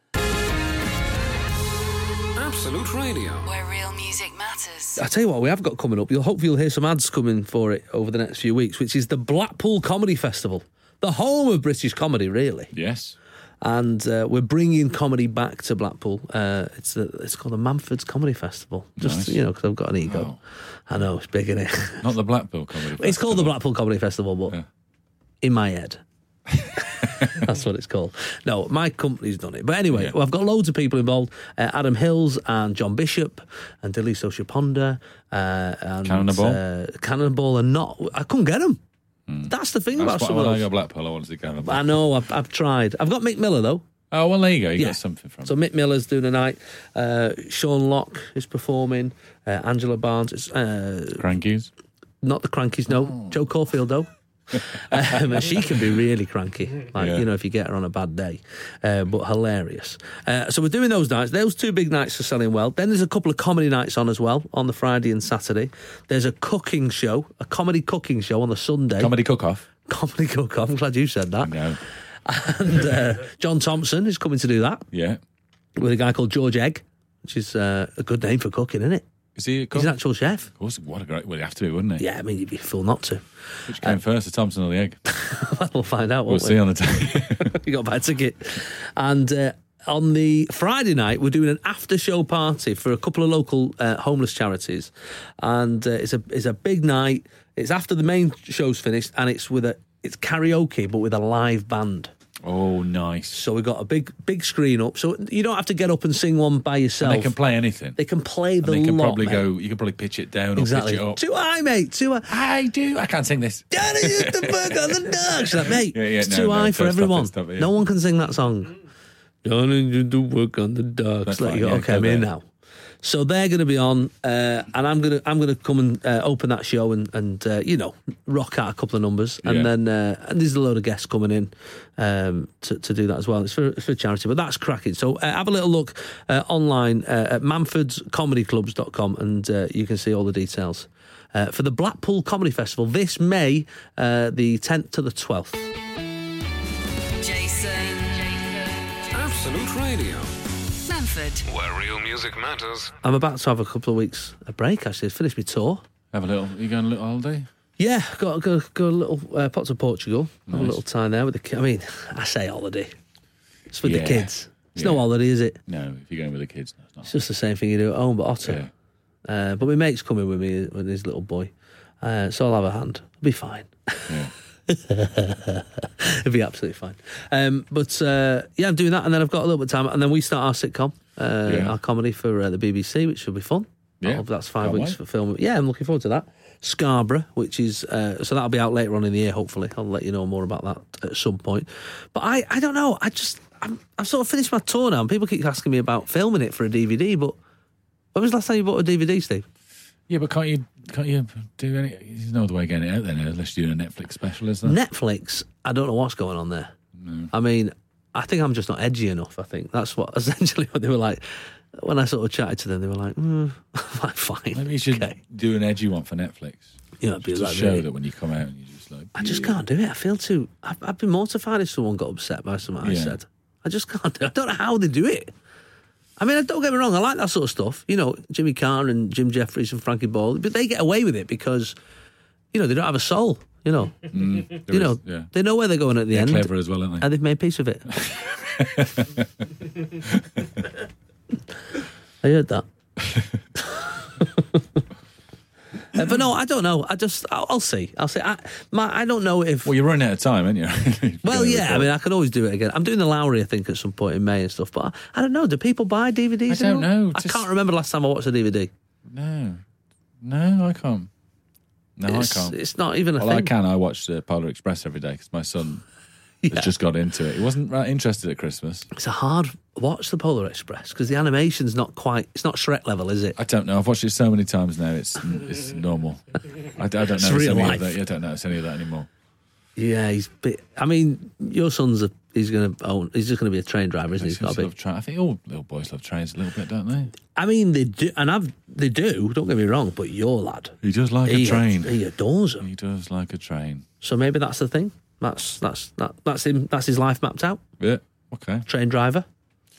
A: Absolute Radio.
B: where real music matters.
C: I tell you what, we have got coming up. You'll hopefully you'll hear some ads coming for it over the next few weeks, which is the Blackpool Comedy Festival, the home of British comedy, really.
D: Yes.
C: and uh, we're bringing comedy back to Blackpool. Uh, it's the, it's called the Manford's Comedy Festival. Just
D: Nice.
C: you know, because I've got an ego. I know it's big, is it?
D: Not the Blackpool comedy.
C: It's called the Blackpool Comedy Festival, but
D: Yeah.
C: in my head. That's what it's called. No, my company's done it. But anyway,
D: Yeah.
C: well, I've got loads of people involved uh, Adam Hills and John Bishop and Deliso Shaponda. Uh, and,
D: Cannonball? Hmm.
C: Uh, Cannonball and not. I couldn't get them. That's the thing about
D: That's why
C: some of
D: when I
C: those.
D: go Blackpool, I wanted to go to
C: I
D: Blackpool.
C: know, I've, I've tried. I've got Mick Miller, though.
D: Oh, well, there you go. You
C: Yeah.
D: got something from
C: So
D: it.
C: Mick Miller's doing a night. Uh, Sean Locke is performing. Uh, Angela Barnes. It's uh,
D: Crank Hughes.
C: not the crankies. No,
D: Oh.
C: Joe Caulfield though. um, she can be really cranky, like
D: Yeah.
C: you know, if you get her on a bad day, uh, but hilarious. Uh, so we're doing those nights. Those two big nights are selling well. Then there's a couple of comedy nights on as well on the Friday and Saturday. There's a cooking show, a comedy cooking show on the Sunday.
D: Comedy Cook Off.
C: comedy cook off. I'm glad you said that.
D: No.
C: And uh, John Thompson is coming to do that
D: Yeah.
C: with a guy called George Egg, which is uh, a good name for cooking, isn't it?
D: Is he a cook?
C: He's an actual chef.
D: Of course, what a great. Well, you have to be, wouldn't it?
C: Yeah, I mean, you'd be a fool not to.
D: Which
C: Uh,
D: came first, the Thompson or the egg?
C: we'll find out,
D: We'll
C: won't
D: see
C: we?
D: on the day.
C: you got to buy a ticket. And uh, on the Friday night, we're doing an after-show party for a couple of local uh, homeless charities, and uh, it's a it's a big night. It's after the main show's finished, and it's with a it's karaoke, but with a live band.
D: Oh, nice.
C: So we got a big big screen up. So you don't have to get up and sing one by yourself.
D: They can play anything.
C: They can play the
D: and they can
C: lot,
D: probably
C: mate.
D: go. You can probably pitch it down
C: exactly.
D: or pitch it up.
C: Too high, mate. Too high.
D: I do. I can't sing this.
C: Daddy is the bug on the dog. She's like, mate,
D: Yeah, yeah,
C: it's
D: no,
C: too
D: no,
C: high
D: stop
C: for
D: it,
C: everyone.
D: stop it, yeah.
C: No one can sing that song. Don't you do work on the dogs.
D: That's
C: Like,
D: fine,
C: you go,
D: yeah,
C: okay,
D: go
C: I'm in
D: there.
C: now. So they're going to be on, uh, and I'm going to I'm going to come and uh, open that show and and uh, you know rock out a couple of numbers, and
D: Yeah.
C: then uh, and there's a load of guests coming in um, to to do that as well. It's for it's for charity, but that's cracking. So uh, have a little look uh, online uh, at manfordscomedyclubs.com and uh, you can see all the details uh, for the Blackpool Comedy Festival this May, uh, the 10th to the 12th.
B: Jason.
A: Absolute Radio,
B: Manford.
A: where real music matters.
C: I'm about to have a couple of weeks a break. Actually, finish my tour.
D: Have a little. You going on a little holiday?
C: Yeah, got go go a little uh, pop to Portugal. Have a
D: Nice.
C: little time there with the. ki- I mean, I say holiday. It's with the
D: Yeah.
C: kids. It's no
D: Yeah.
C: holiday, is it?
D: No, if you're going with the kids, no,
C: It's
D: it's
C: just the same thing you do at home, but hotter.
D: not.
C: Uh, but my mate's coming with me with his little boy, uh, so I'll have a hand. I'll be fine.
D: Yeah, yeah.
C: It'll be absolutely fine. Um, but uh, yeah, I'm doing that, and then I've got a little bit of time, and then we start our sitcom, uh,
D: Yeah.
C: our comedy for uh, the BBC, which should be fun.
D: Yeah.
C: That'll- that's 5
D: Can't
C: weeks
D: wait.
C: for film. Yeah, I'm looking forward to that. Scarborough, which is uh, so that'll be out later on in the year. Hopefully, I'll let you know more about that at some point. But I, I don't know. I just, I'm, I've sort of finished my tour now, and people keep asking me about filming it for a DVD. But when was the last time you bought a DVD, Steve?
D: Yeah, but can't you can't you do any? There's no other way of getting it out there now, unless you're doing a Netflix special, is there?
C: Netflix, I don't know what's going on there.
D: Mm.
C: I mean, I think I'm just not edgy enough. I think that's what essentially what they were like. When I sort of chatted to them, they were like, mm, like, fine.
D: Maybe you should
C: Okay.
D: do an edgy one for Netflix.
C: You know, it'd be
D: Just to
C: like,
D: show
C: really-
D: that when you come out, you just like.
C: I just can't do it. I feel too. I'd, I'd be mortified if someone got upset by something I
D: Yeah.
C: said. I just can't do it. I don't know how they do it. I mean, don't get me wrong. I like that sort of stuff. You know, Jimmy Carr and Jim Jeffries and Frankie Ball, but they get away with it because, you know, they don't have a soul. You know,
D: Mm, There
C: you
D: is-
C: know,
D: yeah.
C: they know where they're going at the
D: They're
C: end.
D: clever as well, aren't they?
C: and they've made peace of it. I heard that. Uh, but no, I don't know. I just, I'll, I'll see. I'll see. I, my, I don't know if.
D: Well, you're running out of time, aren't you? You've
C: Well,
D: got to
C: yeah. I
D: record.
C: mean, I could always do it again. I'm doing the Lowry, I think, at some point in May and stuff. But I, I don't know. Do people buy DVDs?
D: I
C: anymore?
D: don't know,
C: I
D: just-
C: can't remember last time I watched a DVD.
D: no, no, I can't. No,
C: It's,
D: I can't.
C: it's not even a
D: well,
C: thing.
D: I can. I watch the Polar Express every day because my son
C: Yeah.
D: has just got into it. He wasn't that interested at Christmas.
C: It's a hard watch, The Polar Express, because the animation's not quite. It's not Shrek level, is it?
D: I don't know. I've watched it so many times now. It's it's normal. I, I don't know.
C: It's real
D: any
C: life.
D: Of that. yeah, I don't know. It's any of that anymore.
C: Yeah, he's. Bit, I mean, your son's a. He's gonna own. He's just gonna be a train driver, isn't he? He's
D: Kids
C: got a
D: love
C: bit.
D: train. I think all little boys love trains a little bit, don't they?
C: I mean, they do, and I've. They do. Don't get me wrong, but your lad,
D: He does like
C: he,
D: a train.
C: he adores them.
D: He does like a train.
C: So maybe that's the thing. That's that's that, that's him. That's his life mapped out.
D: Yeah. Okay.
C: Train driver.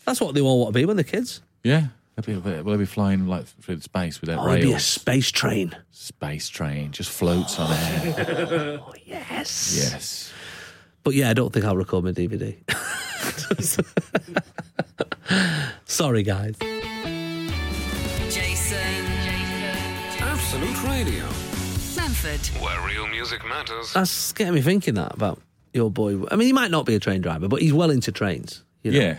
C: That's what they all want to be when they're kids.
D: Yeah. They'll be, they'll be flying like through space without
C: Oh, it'd be a
D: rails.
C: space train.
D: Space train just floats on air.
C: Yes.
D: Yes.
C: But yeah, I don't think I'll record my DVD. Sorry, guys.
B: Jason.
A: Absolute Radio,
B: Manford.
A: where real music matters.
C: That's getting me thinking that about your boy. I mean, he might not be a train driver, but he's well into trains. You know?
D: Yeah.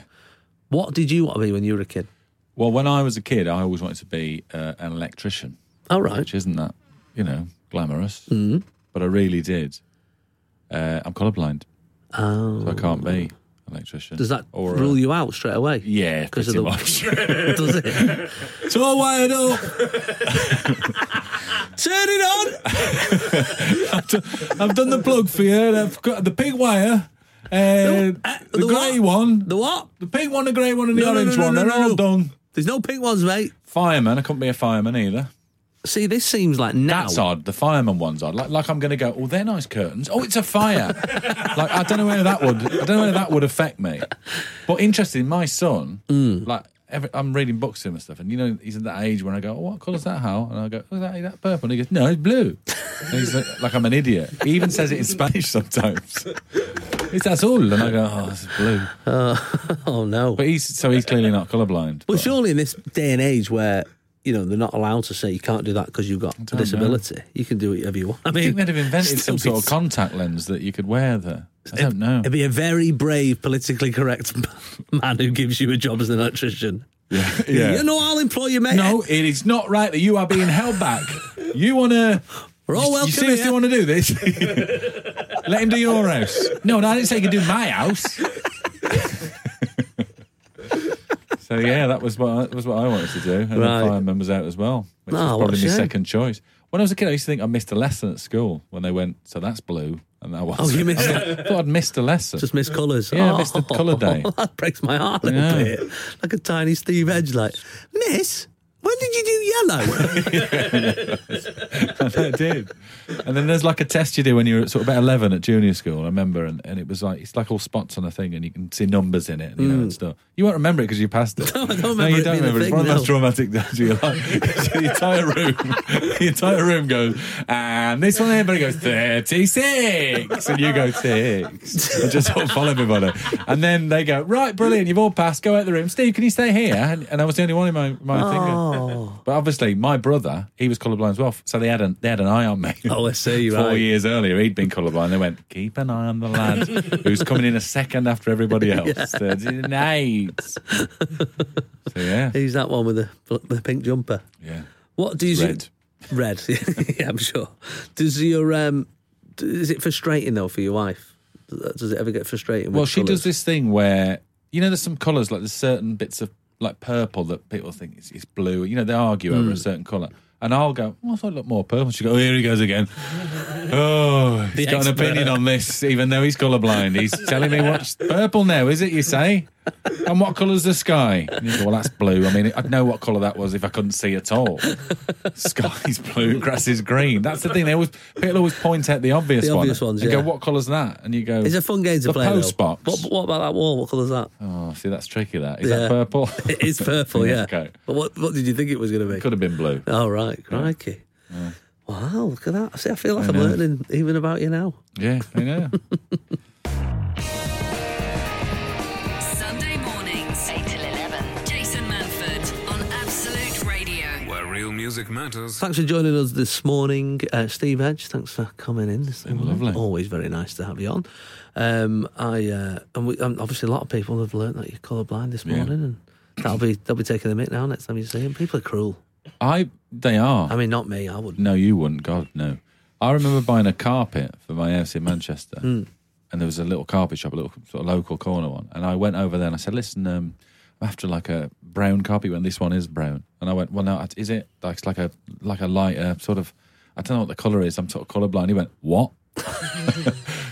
C: What did you want to be when you were a kid?
D: Well, when I was a kid, I always wanted to be uh, an electrician,
C: All right.
D: which isn't that, you know, glamorous. Mm. But I really did. Uh, I'm colourblind,
C: Oh.
D: so I can't be an electrician.
C: Does that
D: Or a-
C: rule you out straight away?
D: Yeah,
C: Because of
D: pretty
C: the-
D: much.
C: Does it? it's all wired up. Turn it on.
D: I've done the plug for you. I've got the pink wire, uh,
C: uh,
D: the,
C: the
D: grey
C: what?
D: one,
C: The
D: the,
C: what?
D: pink one, the grey one, and the
C: No, no,
D: orange
C: no, no,
D: one.
C: no,
D: They're
C: no,
D: all
C: no.
D: done.
C: There's no pink ones, mate.
D: Fireman. I couldn't be a fireman either.
C: See, this seems like now.
D: That's odd. The fireman one's odd. Like, like I'm going to go. Oh, they're nice curtains. Oh, it's a fire. like I don't know whether that would. I don't know whether that would affect me. But interesting, my son.
C: Mm.
D: Like every, I'm reading books to him and stuff, and you know he's at that age when I go, oh, "What colour's that, Hal?" And I go, "Oh, that that purple." And he goes, "No, it's blue." and he's like, like, "I'm an idiot." He even says it in Spanish sometimes. It's that's all, and I go, "Oh, it's blue."
C: Oh no.
D: But he's so he's clearly not colourblind.
C: well,
D: But-
C: surely in this day and age where you know, they're not allowed to say you can't do that because you've got a
D: don't
C: disability. You can do whatever you want. I
D: I
C: mean,
D: think they'd have invented
C: still
D: some
C: be
D: sort of contact lens that you could wear there. I don't know.
C: It'd be a very brave, politically correct man who gives you a job as an electrician.
D: Yeah.
C: You know, I'll employ you, mate.
D: No, it is not right that you are being held back. You want to.
C: We're all welcome
D: You seriously
C: Oh, here.
D: want to do this? Let him do your house. No, no, I didn't say he could do my house. so yeah, that was what I, that was what I wanted to do, and
C: Right.
D: the fireman was out as well, which
C: Ah,
D: was
C: what a
D: probably my
C: shame.
D: second choice. When I was a kid, I used to think I missed a lesson at school when they went, "So that's blue," and that was.
C: Oh, you missed
D: I thought I'd missed a lesson.
C: Just miss colours.
D: Yeah, I missed the colour day.
C: That breaks my heart a little
D: Yeah.
C: bit. Like a tiny Steve Edge, like, Miss, when did you do yellow?
D: it did. And then there's like a test you do when you're sort of about 11 at junior school, I remember. And, and it was like, it's like all spots on a thing and you can see numbers in it and, you know, and stuff. You won't remember it because you passed it.
C: Mm. No, I don't
D: No,
C: remember
D: you
C: it
D: don't
C: being a
D: remember. It's
C: thing,
D: one of
C: no.
D: those traumatic days of your life. the entire room, the entire room goes, and this one, everybody goes, 36. And you go, six. And just sort of follow everybody. And then they go, right, brilliant. You've all passed. Go out the room. Steve, can you stay here? And, and I was the only one in my, my
C: Oh.
D: thing. But obviously, my brother, he was colorblind as well. So they had an, they had an eye on me.
C: oh, I see,
D: Four
C: right.
D: years earlier, he'd been colourblind. They went, keep an eye on the lad who's coming in a second after everybody else. 39. So, yeah.
C: Who's that one with the, the pink jumper?
D: Yeah.
C: What do you
D: Red.
C: Red, yeah, I'm sure. Does your um, d- is it frustrating though for your wife? Does it ever get frustrating? with
D: Well, she
C: colours?
D: does this thing where, you know, there's some colours, like there's certain bits of, like purple that people think it's, it's blue. You know, they argue
C: Hmm.
D: over a certain colour. And I'll go, oh, I thought it looked more purple. She go, oh, here he goes again. Oh,
C: The
D: he's got
C: expert.
D: an opinion on this, even though he's colourblind. He's telling me what's purple now, is it, you say? And what colour's the sky? And you go, well, that's blue. I mean, I'd know what colour that was if I couldn't see at all. Sky's blue, grass is green. That's the thing. They always, people always point out the obvious
C: The
D: one.
C: obvious ones,
D: and
C: yeah.
D: go, what colour's that? And you go,
C: It's a fun game to
D: the
C: play.
D: post
C: though.
D: box.
C: What, what about that wall? What colour's that?
D: Oh, see, that's tricky. That is
C: Yeah.
D: that purple.
C: It is purple, yeah.
D: Okay.
C: But what what did you think it was going to be?
D: Could have been blue.
C: Oh right, crikey! Wow, look at that. See, I feel like I
D: I
C: am
D: know.
C: learning even about you now.
D: Yeah, I know.
B: Sunday mornings, 8 till 11. Jason Manford on Absolute Radio.
A: Where real music matters.
C: Thanks for joining us this morning, uh, Steve Edge. Thanks for coming in. This
D: been lovely.
C: Always very nice to have you on. Um, I uh, and we, um, obviously a lot of people have learnt that you're colourblind this
D: Yeah.
C: morning, and that'll be they'll be taking the mick now next time you see him. People are cruel.
D: I. They are.
C: I mean, not me. I wouldn't.
D: no, you wouldn't. God, no. I remember buying a carpet for my house in Manchester,
C: Hmm.
D: and there was a little carpet shop, a little sort of local corner one. And I went over there and I said, "Listen, um, I'm after like a brown carpet, when this one is brown." And I went, "Well, no, is it like it's like a like a lighter sort of? I don't know what the color is. I'm sort of colourblind." He went, "What?"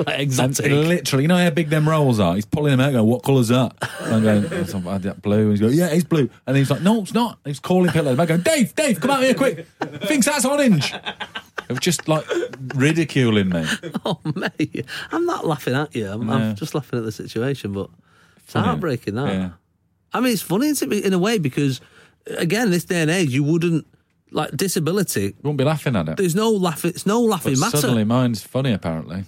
C: Like,
D: And
C: exotic.
D: literally, you know how big them rolls are? He's pulling them out going, what colour's that? And I'm going, "Oh, something like that blue. And he's going, yeah, it's blue. And he's like, no, it's not. And he's calling people out the back going, Dave, Dave, come out here quick. Thinks that's orange. It was just like ridiculing me.
C: Oh mate, I'm not laughing at you. I'm,
D: No.
C: I'm just laughing at the situation, but it's
D: Funny.
C: heartbreaking. That.
D: Yeah.
C: I mean, it's funny isn't it, in a way because, again, this day and age, you wouldn't like disability.
D: You won't be laughing at it.
C: There's no laughing. It's no laughing
D: But
C: matter.
D: suddenly mine's funny, apparently.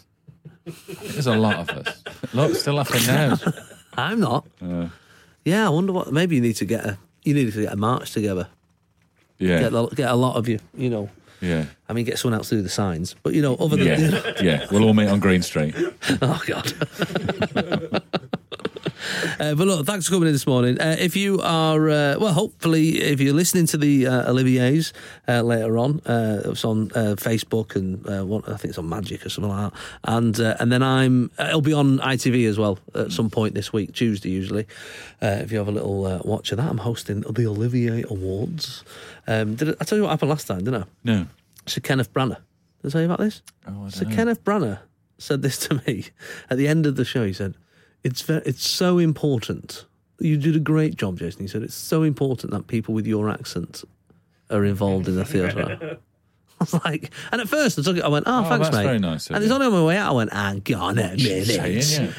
D: There's a lot of us. Look, still laughing now.
C: I'm not. yeah, I wonder what. Maybe you need to get a. You need to get a march together. Get
D: Yeah.
C: a, get a lot of you. You know.
D: Yeah.
C: I mean, get someone else to do the signs, but you know, other than
D: Yeah. Yeah. We'll all meet on Green Street.
C: Oh God. Uh, but look, thanks for coming in this morning. Uh, if you are, uh, well, hopefully, if you're listening to the uh, Olivier's uh, later on, uh, it's on uh, Facebook and uh, one, I think it's on Magic or something like that. And uh, and then I'm, it'll be on ITV as well at some point this week, Tuesday usually. Uh, if you have a little uh, watch of that, I'm hosting the Olivier Awards. Um, did I, I tell you what happened last time? Didn't I?
D: No.
C: Sir Kenneth Branagh. Did I tell you about this?
D: Oh, I
C: Sir
D: dunno.
C: Kenneth Branagh said this to me at the end of the show. He said, "It's very, it's so important. You did a great job, Jason." He said, "It's so important that people with your accent are involved in the theatre." I was like, and at first I took it. I went, "Oh,
D: Oh,
C: thanks,
D: that's
C: mate."
D: very nice of
C: and it's
D: you.
C: only on my way out. I went, "Ah, "I'm gonna minute."
D: Saying, yeah.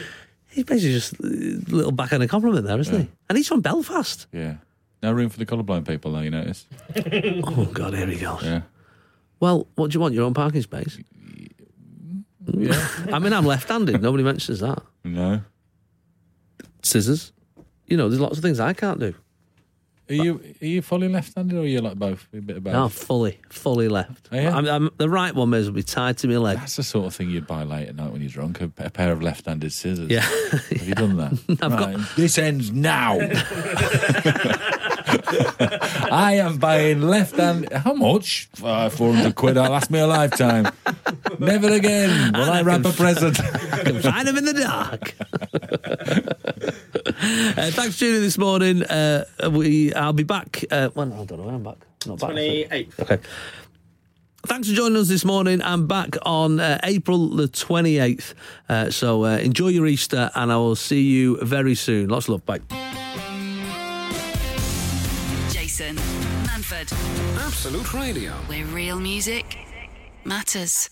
C: He's basically just a little backhanded compliment there, isn't he? And he's from Belfast.
D: Yeah. No room for the colourblind people, though, you notice.
C: Oh God, here he goes.
D: Yeah.
C: Well, what do you want? Your own parking space?
D: Yeah.
C: I mean, I'm left-handed. Nobody mentions that.
D: No.
C: Scissors. You know, there's lots of things I can't do.
D: Are you are you fully left-handed or are you like both? A bit of both.
C: No, fully, fully left.
D: Oh, yeah?
C: I'm, I'm, the right one may as well be tied to my leg.
D: That's the sort of thing you'd buy late at night when you're drunk. A, a pair of left-handed scissors.
C: Yeah.
D: Have you done that? Right, This ends now. I am buying left handed How much? Uh, 400 quid. That'll last me a lifetime. Never again will I wrap a present.
C: I can find them in the dark. uh, thanks for tuning in this morning. Uh, we, I'll be back. Uh, when, I don't know when I'm back. Not back. I think.
E: 28th.
C: Okay. Thanks for joining us this morning. I'm back on uh, April the 28th. Uh, so uh, enjoy your Easter and I will see you very soon. Lots of love. Bye.
B: Jason Manford,
A: Absolute Radio.
B: where real music matters.